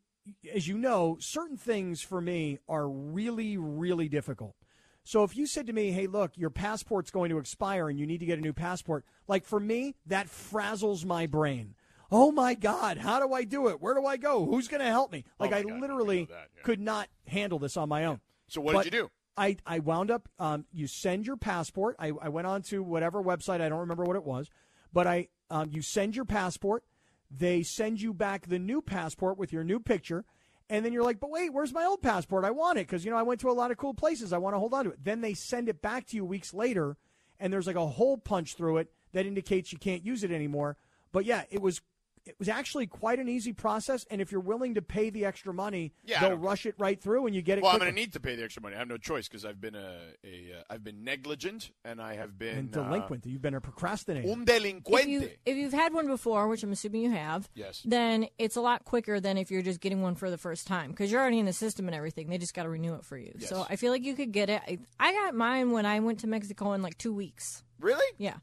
Speaker 1: as you know, certain things for me are really, really difficult. So if you said to me, "Hey, look, your passport's going to expire and you need to get a new passport," like for me, that frazzles my brain. Oh my God, how do I do it? Where do I go? Who's going to help me? Like
Speaker 2: Oh my
Speaker 1: I
Speaker 2: God, we
Speaker 1: literally
Speaker 2: know that, yeah.
Speaker 1: could not handle this on my own.
Speaker 2: So what
Speaker 1: But
Speaker 2: did you do?
Speaker 1: I, I wound up, um, you send your passport. I, I went on to whatever website, I don't remember what it was, but I um, you send your passport. They send you back the new passport with your new picture. And then you're like, but wait, where's my old passport? I want it because, you know, I went to a lot of cool places. I want to hold on to it. Then they send it back to you weeks later, and there's like a hole punch through it that indicates you can't use it anymore. But yeah, it was. It was actually quite an easy process, and if you're willing to pay the extra money,
Speaker 2: Yeah, I
Speaker 1: they'll
Speaker 2: don't care.
Speaker 1: rush it right through, and you get it.
Speaker 2: Well, I'm
Speaker 1: quickly.
Speaker 2: going to need to pay the extra money. I have no choice because I've been a, a uh, I've been negligent and I have been
Speaker 1: and
Speaker 2: uh,
Speaker 1: delinquent. You've been a procrastinator.
Speaker 2: un
Speaker 3: If you
Speaker 2: delinquente.
Speaker 3: if you've had one before, which I'm assuming you have,
Speaker 2: Yes.
Speaker 3: then it's a lot quicker than if you're just getting one for the first time because you're already in the system and everything. They just got to renew it for you. So
Speaker 2: Yes.
Speaker 3: I feel like you could get it. I, I got mine when I went to Mexico in like two weeks.
Speaker 2: Really?
Speaker 3: Yeah,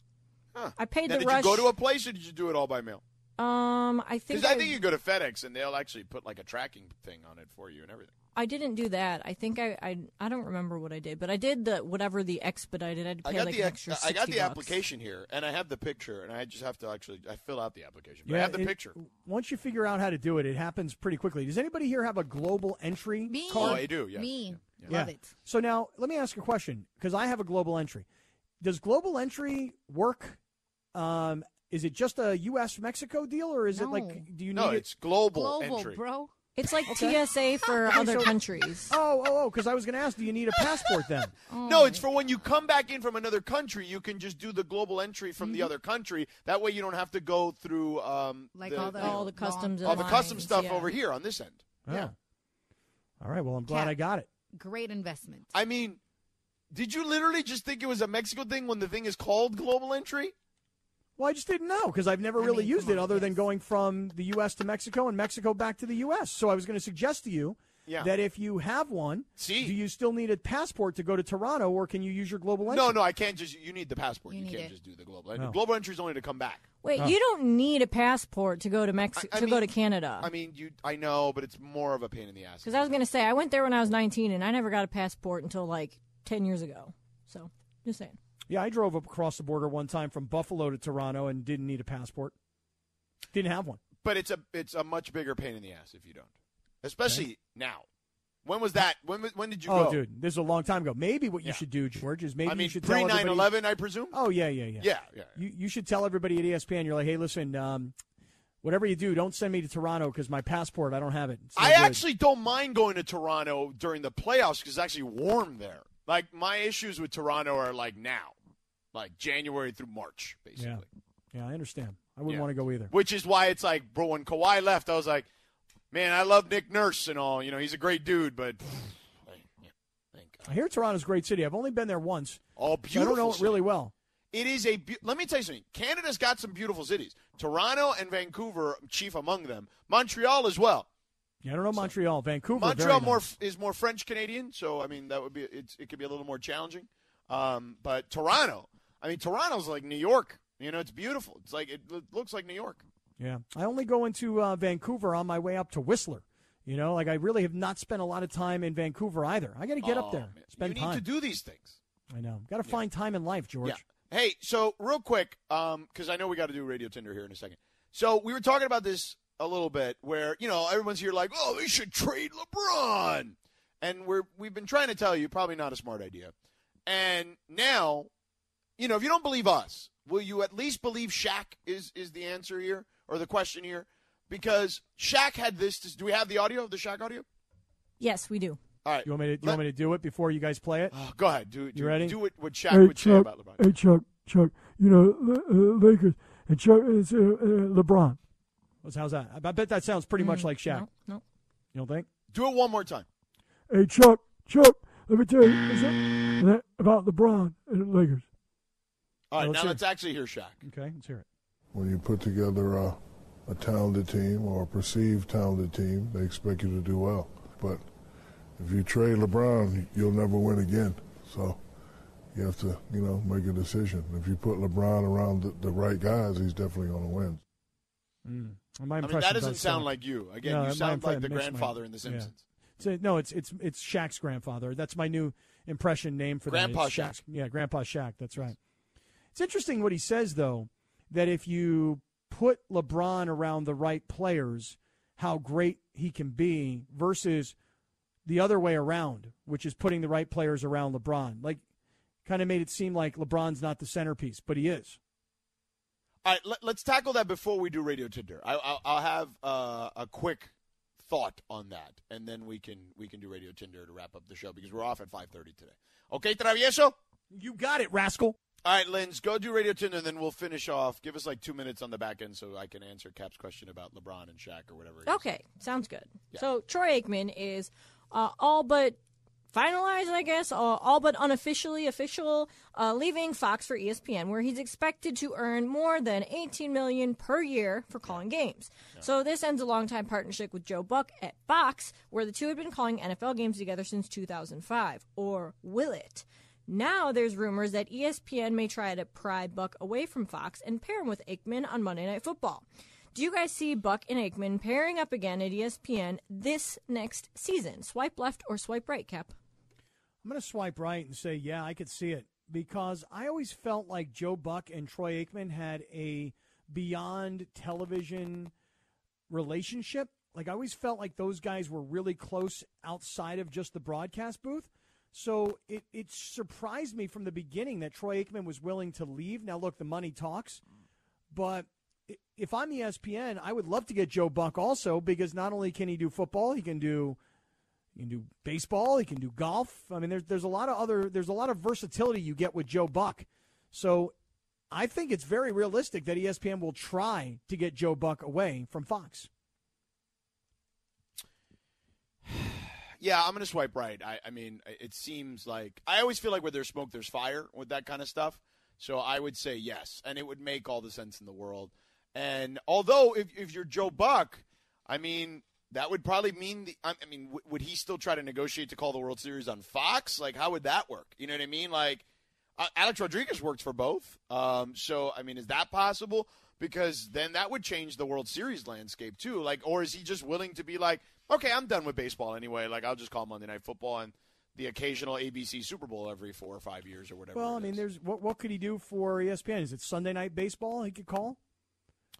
Speaker 2: Huh.
Speaker 3: I paid
Speaker 2: Now,
Speaker 3: the
Speaker 2: did
Speaker 3: rush.
Speaker 2: you go to a place or did you do it all by mail?
Speaker 3: um, I think
Speaker 2: Because I think you go to FedEx and they'll actually put like a tracking thing on it for you and everything.
Speaker 3: I didn't do that. I think I, I I don't remember what I did, but I did the whatever the expedited. I had to
Speaker 2: I
Speaker 3: pay
Speaker 2: got
Speaker 3: like
Speaker 2: the
Speaker 3: an
Speaker 2: ex-
Speaker 3: extra.
Speaker 2: I got
Speaker 3: 60
Speaker 2: the
Speaker 3: bucks.
Speaker 2: application here and I have the picture and I just have to actually I fill out the application. But I have the
Speaker 1: it-
Speaker 2: picture.
Speaker 1: Once you figure out how to do it, it happens pretty quickly. Does anybody here have a global entry
Speaker 4: Me.
Speaker 2: Oh,
Speaker 1: card?
Speaker 2: I do. Yes.
Speaker 4: Me.
Speaker 2: Yeah.
Speaker 4: Love it.
Speaker 1: So now let me ask a question because I have a global entry. Does global entry work? Um, is it just a U.S. Mexico deal, or is it
Speaker 4: No.
Speaker 1: like do you
Speaker 2: No,
Speaker 1: need
Speaker 2: it's global,
Speaker 4: Global,
Speaker 2: entry.
Speaker 4: bro.
Speaker 3: It's like TSA for other countries.
Speaker 1: it? Oh, oh, oh! Because I was going to ask, do you need a passport then?
Speaker 2: No, it's for when you come back in from another country, you can just do the global entry from the other country. That way, you don't have to go through um,
Speaker 4: Like all the
Speaker 3: All the
Speaker 4: long-
Speaker 3: customs and
Speaker 2: all the
Speaker 3: lines,
Speaker 2: custom stuff
Speaker 3: yeah.
Speaker 2: over here on this end.
Speaker 1: Oh.
Speaker 2: Yeah.
Speaker 1: All right. Well, I'm glad
Speaker 4: Cap.
Speaker 1: I got it.
Speaker 4: Great investment.
Speaker 2: I mean, did you literally just think it was a Mexico thing when the thing is called global entry?
Speaker 1: Well, I just didn't know because I've never
Speaker 4: I
Speaker 1: really
Speaker 4: mean,
Speaker 1: used
Speaker 4: come
Speaker 1: it
Speaker 4: on,
Speaker 1: other than
Speaker 4: yes.
Speaker 1: going from the U.S. to Mexico and Mexico back to the U.S. So I was going to suggest to you
Speaker 2: Yeah.
Speaker 1: that if you have one,
Speaker 2: See?
Speaker 1: do you still need a passport to go to Toronto or can you use your global entry?
Speaker 2: No, no, I can't just. You need the passport.
Speaker 4: You
Speaker 2: You,
Speaker 4: need
Speaker 2: can't
Speaker 4: it.
Speaker 2: just do the global entry. Global entry is only to come back.
Speaker 3: Wait, you don't need a passport to go to Mexico
Speaker 2: I- I
Speaker 3: to go to
Speaker 2: mean-
Speaker 3: Canada.
Speaker 2: I mean, you. I know, but it's more of a pain in the ass.
Speaker 3: Because I was going to say, I went there when I was 19 and I never got a passport until like 10 years ago. So, just saying.
Speaker 1: Yeah, I drove up across the border one time from Buffalo to Toronto and didn't need a passport. Didn't have one.
Speaker 2: But it's a it's a much bigger pain in the ass if you don't, especially now. When was that? When was- when did you
Speaker 1: oh,
Speaker 2: go?
Speaker 1: dude, this is a long time ago. Maybe what you
Speaker 2: Yeah.
Speaker 1: should do, George, is maybe
Speaker 2: I mean,
Speaker 1: you should
Speaker 2: pre
Speaker 1: tell everybody.
Speaker 2: 9-11, I presume.
Speaker 1: Oh yeah, yeah, yeah.
Speaker 2: yeah, yeah.
Speaker 1: You you should tell everybody at E ESPN. You're like, hey, listen, um, whatever you do, don't send me to Toronto because my passport, I don't have it. It's no
Speaker 2: I
Speaker 1: good.
Speaker 2: actually don't mind going to Toronto during the playoffs because it's actually warm there. Like my issues with Toronto are like now, like January through March, basically.
Speaker 1: Yeah. Yeah, I understand. I wouldn't
Speaker 2: Yeah.
Speaker 1: want to go either.
Speaker 2: Which is why it's like, bro, when Kawhi left, I was like, man, I love Nick Nurse and all. You know, he's a great dude, but yeah, thank God.
Speaker 1: I hear Toronto's a great city. I've only been there once.
Speaker 2: all
Speaker 1: so I
Speaker 2: beautiful.
Speaker 1: don't know it really
Speaker 2: city.
Speaker 1: well.
Speaker 2: It is a. Be- Let me tell you something. Canada's got some beautiful cities. Toronto and Vancouver, chief among them. Montreal as well.
Speaker 1: Yeah, I don't know Montreal, Vancouver. very
Speaker 2: Montreal
Speaker 1: nice.
Speaker 2: more f is more French Canadian, so I mean that would be it's, it could be a little more challenging. Um, but Toronto, I mean Toronto's like New York. You know, it's beautiful. It's like it lo- looks like New York.
Speaker 1: Yeah, I only go into uh, Vancouver on my way up to Whistler. You know, like I really have not spent a lot of time in Vancouver either. I got to get
Speaker 2: Oh,
Speaker 1: up there,
Speaker 2: man.
Speaker 1: spend
Speaker 2: you need
Speaker 1: time.
Speaker 2: to do these things.
Speaker 1: I know, got to find time in life, George.
Speaker 2: Yeah. Hey, so real quick, because I know we got to do Radio Tinder here in a second. So we were talking about this a little bit, where you know everyone's here like, oh, they should trade LeBron, and we're we've been trying to tell you probably not a smart idea. And now, you know, if you don't believe us, will you at least believe Shaq is is the answer here or the question here? Because Shaq had this. To, do we have the audio of the Shaq audio?
Speaker 3: Yes, we do.
Speaker 2: All right.
Speaker 1: You want me to? You
Speaker 2: Let-
Speaker 1: want me to do it before you guys play it?
Speaker 2: Oh, go ahead. Do, do,
Speaker 1: You ready?
Speaker 2: do what, what Shaq would say about LeBron.
Speaker 1: Hey Chuck, Chuck, you know uh, Lakers and Chuck is uh, uh, LeBron. What's how's that? I bet that sounds pretty much like Shaq.
Speaker 3: Mm, No, no.
Speaker 1: You don't think?
Speaker 2: Do it one more time.
Speaker 1: Hey Chuck, Chuck, let me tell you is that, that about LeBron and Lakers.
Speaker 2: All right.
Speaker 1: Well,
Speaker 2: now
Speaker 1: let's hear-
Speaker 2: let's actually hear Shaq.
Speaker 1: Okay, let's hear it.
Speaker 8: When you put together a, a talented team or a perceived talented team, they expect you to do well. But if you trade LeBron, you'll never win again. So you have to, you know, make a decision. If you put LeBron around the, the right guys, he's definitely going to win.
Speaker 1: Mm. My
Speaker 2: I mean, that
Speaker 1: impression
Speaker 2: doesn't
Speaker 1: does
Speaker 2: sound like you. Again,
Speaker 1: No,
Speaker 2: you
Speaker 1: my
Speaker 2: sound
Speaker 1: impre-
Speaker 2: like the
Speaker 1: it makes my-
Speaker 2: grandfather in The
Speaker 1: yeah.
Speaker 2: Simpsons.
Speaker 1: So, no, it's it's it's Shaq's grandfather. That's my new impression name for that.
Speaker 2: Grandpa
Speaker 1: It's
Speaker 2: Shaq.
Speaker 1: Shaq's- Yeah, Grandpa Shaq. That's right. It's interesting what he says though, that if you put LeBron around the right players, how great he can be versus the other way around, which is putting the right players around LeBron. Like, kind of made it seem like LeBron's not the centerpiece, but he is.
Speaker 2: All right, let, let's tackle that before we do Radio Tinder. I, I'll, I'll have uh, a quick thought on that, and then we can we can do Radio Tinder to wrap up the show because we're off at five thirty today. Okay, Travieso.
Speaker 1: You got it, rascal.
Speaker 2: All right, Linz, go do Radio Tinder, and then we'll finish off. Give us like two minutes on the back end so I can answer Cap's question about LeBron and Shaq or whatever. it is.
Speaker 3: Okay, sounds good. So Troy Aikman is uh, all but finalized, I guess, uh, all but unofficially official, uh, leaving Fox for ESPN, where he's expected to earn more than 18 million per year for calling games. So this ends a longtime partnership with Joe Buck at Fox, where the two had been calling NFL games together since 2005. Or will it? Now there's rumors that E ESPN may try to pry Buck away from Fox and pair him with Aikman on Monday Night Football. Do you guys see Buck and Aikman pairing up again at E ESPN this next season? Swipe left or swipe right, Cap?
Speaker 1: I'm going to swipe right and say, yeah, I could see it because I always felt like Joe Buck and Troy Aikman had a beyond television relationship. Like I always felt like those guys were really close outside of just the broadcast booth. So it, it surprised me from the beginning that Troy Aikman was willing to leave. Now look, the money talks, but i- if I'm E ESPN, I would love to get Joe Buck also because not only can he do football, he can do he can do baseball. He can do golf. I mean, there's there's a lot of other there's a lot of versatility you get with Joe Buck. So, I think it's very realistic that E ESPN will try to get Joe Buck away from Fox.
Speaker 2: Yeah, I'm gonna swipe right. I, I mean, it seems like I always feel like where there's smoke, there's fire with that kind of stuff. So I would say yes, and it would make all the sense in the world. And although if if you're Joe Buck, I mean, that would probably mean the. I I mean, w- would he still try to negotiate to call the World Series on Fox? Like, how would that work? You know what I mean? Like, uh, Alex Rodriguez worked for both. Um, so I mean, is that possible? Because then that would change the World Series landscape too. Like, or is he just willing to be like, okay, I'm done with baseball anyway. Like, I'll just call Monday Night Football and the occasional ABC Super Bowl every four or five years or whatever.
Speaker 1: Well,
Speaker 2: it
Speaker 1: I mean,
Speaker 2: is.
Speaker 1: there's what what could he do for E ESPN? Is it Sunday night baseball he could call?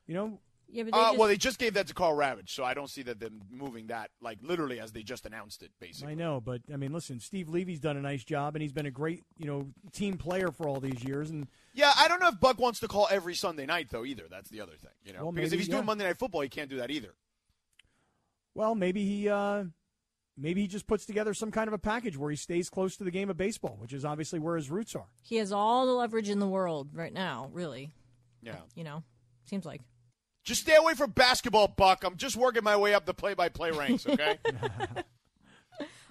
Speaker 1: You know,
Speaker 3: Yeah, but they
Speaker 2: Uh,
Speaker 3: just,
Speaker 2: well, they just gave that to Carl Ravage, so I don't see that them moving that like literally as they just announced it. Basically,
Speaker 1: I know, but I mean, listen, Steve Levy's done a nice job, and he's been a great you know team player for all these years, and
Speaker 2: Yeah, I don't know if Buck wants to call every Sunday night though either. That's the other thing, you know.
Speaker 1: Well,
Speaker 2: because
Speaker 1: maybe,
Speaker 2: if he's
Speaker 1: yeah.
Speaker 2: doing Monday Night Football, he can't do that either.
Speaker 1: Well, maybe he uh, maybe he just puts together some kind of a package where he stays close to the game of baseball, which is obviously where his roots are.
Speaker 3: he has all the leverage in the world right now. Really,
Speaker 2: Yeah.
Speaker 3: you know, seems like.
Speaker 2: Just stay away from basketball, Buck. I'm just working my way up the play-by-play ranks. Okay.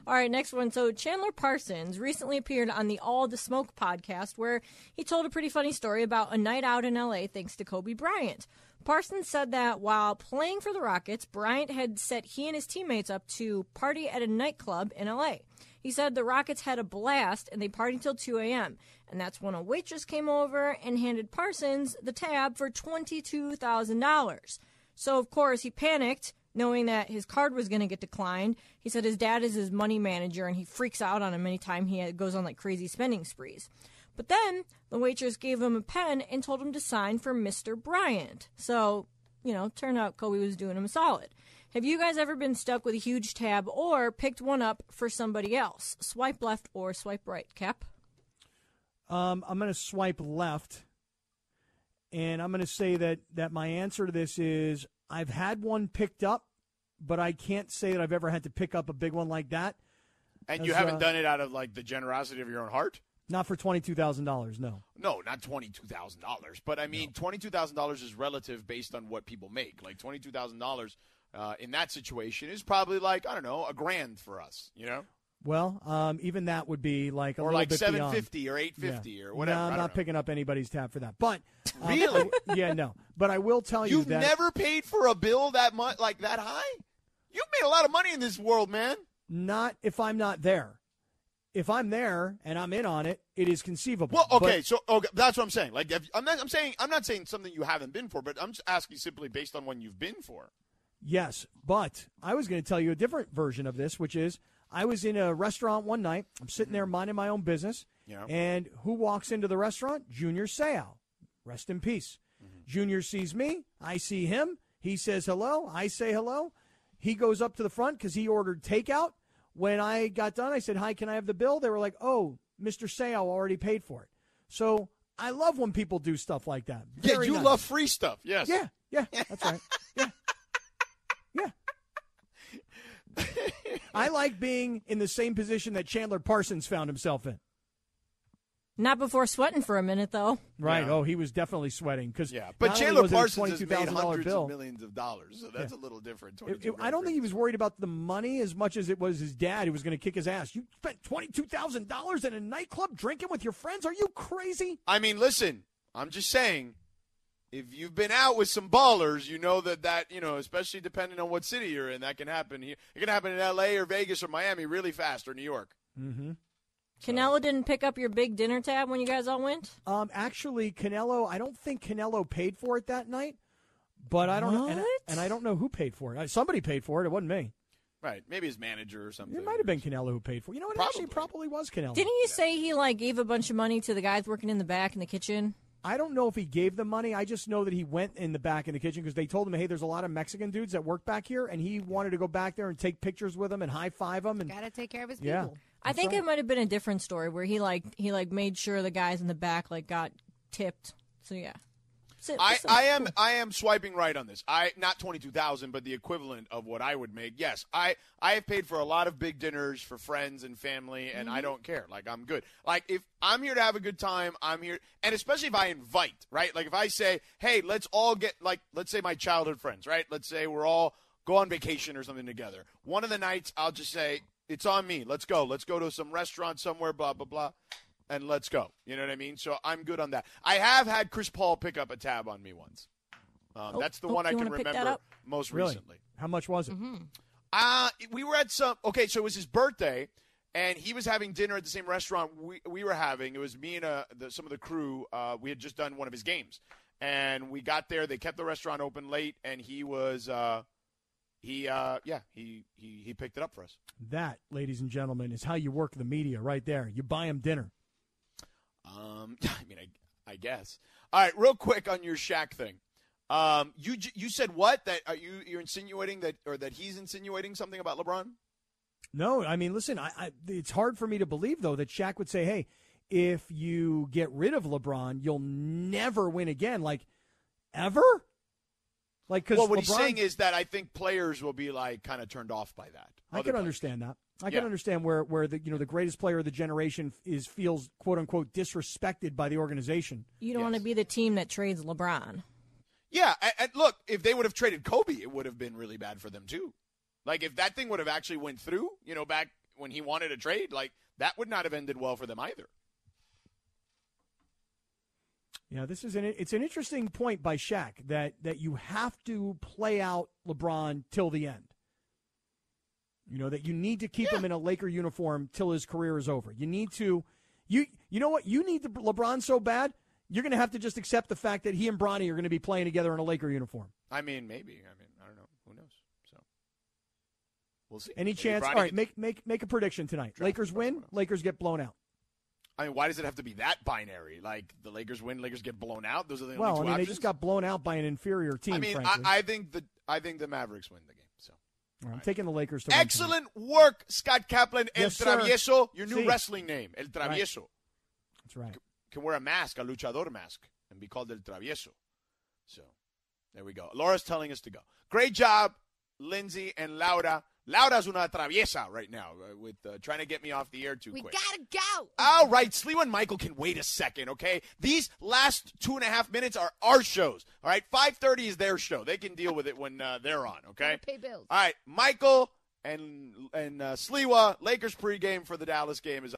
Speaker 3: All right, next one. So Chandler Parsons recently appeared on the All the Smoke podcast where he told a pretty funny story about a night out in LA thanks to Kobe Bryant. Parsons said that while playing for the Rockets, Bryant had set he and his teammates up to party at a nightclub in LA. He said the Rockets had a blast and they partied till 2 a.m. And that's when a waitress came over and handed Parsons the tab for $22,000. So, of course, he panicked, knowing that his card was going to get declined. He said his dad is his money manager and he freaks out on him anytime he uh, goes on like crazy spending sprees. But then the waitress gave him a pen and told him to sign for Mr. Bryant. So, you know, turned out Kobe was doing him a solid. Have you guys ever been stuck with a huge tab or picked one up for somebody else? Swipe left or swipe right, Cap?
Speaker 1: Um, I'm going to swipe left, and I'm going to say that that my answer to this is I've had one picked up, but I can't say that I've ever had to pick up a big one like that.
Speaker 2: and you
Speaker 1: That's,
Speaker 2: haven't
Speaker 1: uh,
Speaker 2: done it out of like the generosity of your own heart.
Speaker 1: Not for twenty two thousand dollars, no.
Speaker 2: No, not twenty-two thousand dollars. But I mean, twenty-two thousand dollars is relative based on what people make. Like twenty-two thousand uh, dollars in that situation is probably like I don't know a grand for us. You know.
Speaker 1: Well, um, even that would be like a
Speaker 2: or
Speaker 1: little
Speaker 2: like
Speaker 1: bit
Speaker 2: seven
Speaker 1: beyond.
Speaker 2: fifty or eight fifty
Speaker 1: Yeah.
Speaker 2: or whatever.
Speaker 1: No,
Speaker 2: I
Speaker 1: I'm
Speaker 2: don't
Speaker 1: not
Speaker 2: know.
Speaker 1: picking up anybody's tab for that. But um,
Speaker 2: Really?
Speaker 1: yeah, no. But I will tell you
Speaker 2: You've
Speaker 1: that
Speaker 2: never paid for a bill that much, like that high. You've made a lot of money in this world, man.
Speaker 1: Not if I'm not there. If I'm there and I'm in on it, it is conceivable.
Speaker 2: Well, okay,
Speaker 1: But
Speaker 2: so okay, that's what I'm saying. Like, if, I'm not, I'm saying I'm not saying something you haven't been for, but I'm just asking simply based on when you've been for.
Speaker 1: yes, but I was going to tell you a different version of this, which is I was in a restaurant one night. I'm sitting there minding my own business,
Speaker 2: Mm-hmm. Yeah.
Speaker 1: and who walks into the restaurant? Junior Seau. Rest in peace.
Speaker 2: Mm-hmm.
Speaker 1: Junior sees me. I see him. He says hello. I say hello. He goes up to the front because he ordered takeout. When I got done, I said, Hi, can I have the bill? They were like, Oh, Mr. Seau already paid for it. So I love when people do stuff like that. Very
Speaker 2: yeah, you
Speaker 1: nice.
Speaker 2: love free stuff. Yes.
Speaker 1: Yeah, yeah, that's right. Yeah. Yeah. I like being in the same position that Chandler Parsons found himself in.
Speaker 3: Not before sweating for a minute, though.
Speaker 1: Right.
Speaker 2: Yeah.
Speaker 1: Oh, he was definitely sweating because
Speaker 2: Yeah, but Chandler Parsons has made hundreds of millions of dollars, so that's a little different.
Speaker 1: It-
Speaker 2: 22
Speaker 1: it- I don't
Speaker 2: grand.
Speaker 1: think he was worried about the money as much as it was his dad who was going to kick his ass. You spent twenty two thousand dollars in a nightclub drinking with your friends? Are you crazy?
Speaker 2: I mean, listen, I'm just saying, if you've been out with some ballers, you know that that you know, especially depending on what city you're in, that can happen. here. It can happen in L.A. or Vegas or Miami really fast, or New York.
Speaker 1: Mm-hmm.
Speaker 3: Canelo didn't pick up your big dinner tab when you guys all went?
Speaker 1: Um, actually, Canelo, I don't think Canelo paid for it that night, but I don't know, and,
Speaker 3: What?
Speaker 1: and I don't know who paid for it. Uh, Somebody paid for it. It wasn't me.
Speaker 2: Right? Maybe his manager or something.
Speaker 1: It might have been Canelo who paid for it. You know what? It Actually, probably
Speaker 2: Probably.
Speaker 1: was
Speaker 2: Oh
Speaker 1: Canelo.
Speaker 3: Didn't you say he like gave a bunch of money to the guys working in the back in the kitchen?
Speaker 1: I don't know if he gave them money. I just know that he went in the back in the kitchen because they told him, "Hey, there's a lot of Mexican dudes that work back here," and he wanted to go back there and take pictures with them and high five them. And
Speaker 4: Gotta take care of his
Speaker 1: Yeah.
Speaker 4: people.
Speaker 3: I think it might have been a different story where he like he like made sure the guys in the back like got tipped. So yeah. So-
Speaker 2: I,
Speaker 3: so-
Speaker 2: I am I am swiping right on this. I not twenty two thousand, but the equivalent of what I would make. Yes, I I have paid for a lot of big dinners for friends and family, and I don't care. Like I'm good. Like if I'm here to have a good time, I'm here, and especially if I invite, right? Like if I say, hey, let's all get like let's say my childhood friends, right? Let's say we're all go on vacation or something together. One of the nights, I'll just say, It's on me. Let's go. Let's go to some restaurant somewhere, blah, blah, blah, and let's go. You know what I mean? So I'm good on that. I have had Chris Paul pick up a tab on me once. Um,
Speaker 3: Oh,
Speaker 2: that's the
Speaker 3: oh,
Speaker 2: one I
Speaker 3: you
Speaker 2: can
Speaker 3: wanna pick that
Speaker 2: remember
Speaker 3: up?
Speaker 2: most
Speaker 1: Really?
Speaker 2: recently.
Speaker 1: How much was it?
Speaker 2: Uh, we were at some. Okay, so it was his birthday, and he was having dinner at the same restaurant we, we were having. It was me and uh, the, some of the crew. Uh, we had just done one of his games, and we got there. They kept the restaurant open late, and he was. Uh, he uh, yeah, he, he he picked it up for us.
Speaker 1: That, ladies and gentlemen, is how you work the media right there. You buy them dinner.
Speaker 2: Um, I mean, I, I guess. All right, real quick on your Shaq thing. Um, you j- you said what that are you you're insinuating that or that he's insinuating something about LeBron?
Speaker 1: No, I mean, listen, I, I, it's hard for me to believe, though, that Shaq would say, hey, if you get rid of LeBron, you'll never win again. Like, ever? Like, because
Speaker 2: Well, what he's saying is that I think players will be like kind of turned off by that.
Speaker 1: I
Speaker 2: Other
Speaker 1: can
Speaker 2: players.
Speaker 1: understand that. I
Speaker 2: Yeah.
Speaker 1: can understand where, where the you know the greatest player of the generation is feels quote unquote disrespected by the organization.
Speaker 3: You don't want to
Speaker 2: Yes.
Speaker 3: be the team that trades LeBron.
Speaker 2: Yeah, and, and look, if they would have traded Kobe, it would have been really bad for them too. Like if that thing would have actually went through, you know, back when he wanted a trade, like that would not have ended well for them either.
Speaker 1: Yeah, this is an it's an interesting point by Shaq that that you have to play out LeBron till the end. You know that you need to keep him in a Laker uniform till his career is over. You need to, you you know what you need the LeBron so bad you're going to have to just accept the fact that he and Bronny are going to be playing together in a Laker uniform.
Speaker 2: I mean, maybe. I mean, I don't know. Who knows? So we'll see.
Speaker 1: Any
Speaker 2: Maybe
Speaker 1: chance?
Speaker 2: Bronny
Speaker 1: All right,
Speaker 2: could-
Speaker 1: make make make a prediction tonight.
Speaker 2: Draft
Speaker 1: Lakers
Speaker 2: the
Speaker 1: win.
Speaker 2: first one.
Speaker 1: Lakers get blown out.
Speaker 2: I mean, why does it have to be that binary? Like the Lakers win, Lakers get blown out. Those are the only
Speaker 1: Well,
Speaker 2: two
Speaker 1: I mean they
Speaker 2: options.
Speaker 1: just got blown out by an inferior team.
Speaker 2: I mean, I,
Speaker 1: frankly,
Speaker 2: I think the I think the Mavericks win the game. So
Speaker 1: am taking the Lakers to win tonight.
Speaker 2: excellent work, Scott Kaplan, El
Speaker 1: Yes, sir.
Speaker 2: Travieso, your new
Speaker 1: See.
Speaker 2: wrestling name, El Travieso.
Speaker 1: That's right.
Speaker 2: can wear a mask, a luchador mask, and be called el travieso. So there we go. Laura's telling us to go. Great job, Lindsay and Laura. Laura's una traviesa right now uh, with uh, trying to get me off the air too
Speaker 4: We
Speaker 2: quick.
Speaker 4: gotta go.
Speaker 2: All right, Slee and Michael can wait a second, okay? These last two and a half minutes are our shows. All right, five thirty is their show. They can deal with it when uh, they're on, okay?
Speaker 4: Gotta pay bills.
Speaker 2: All right, Michael and and uh, Sliwa Lakers uh, pregame for the Dallas game is.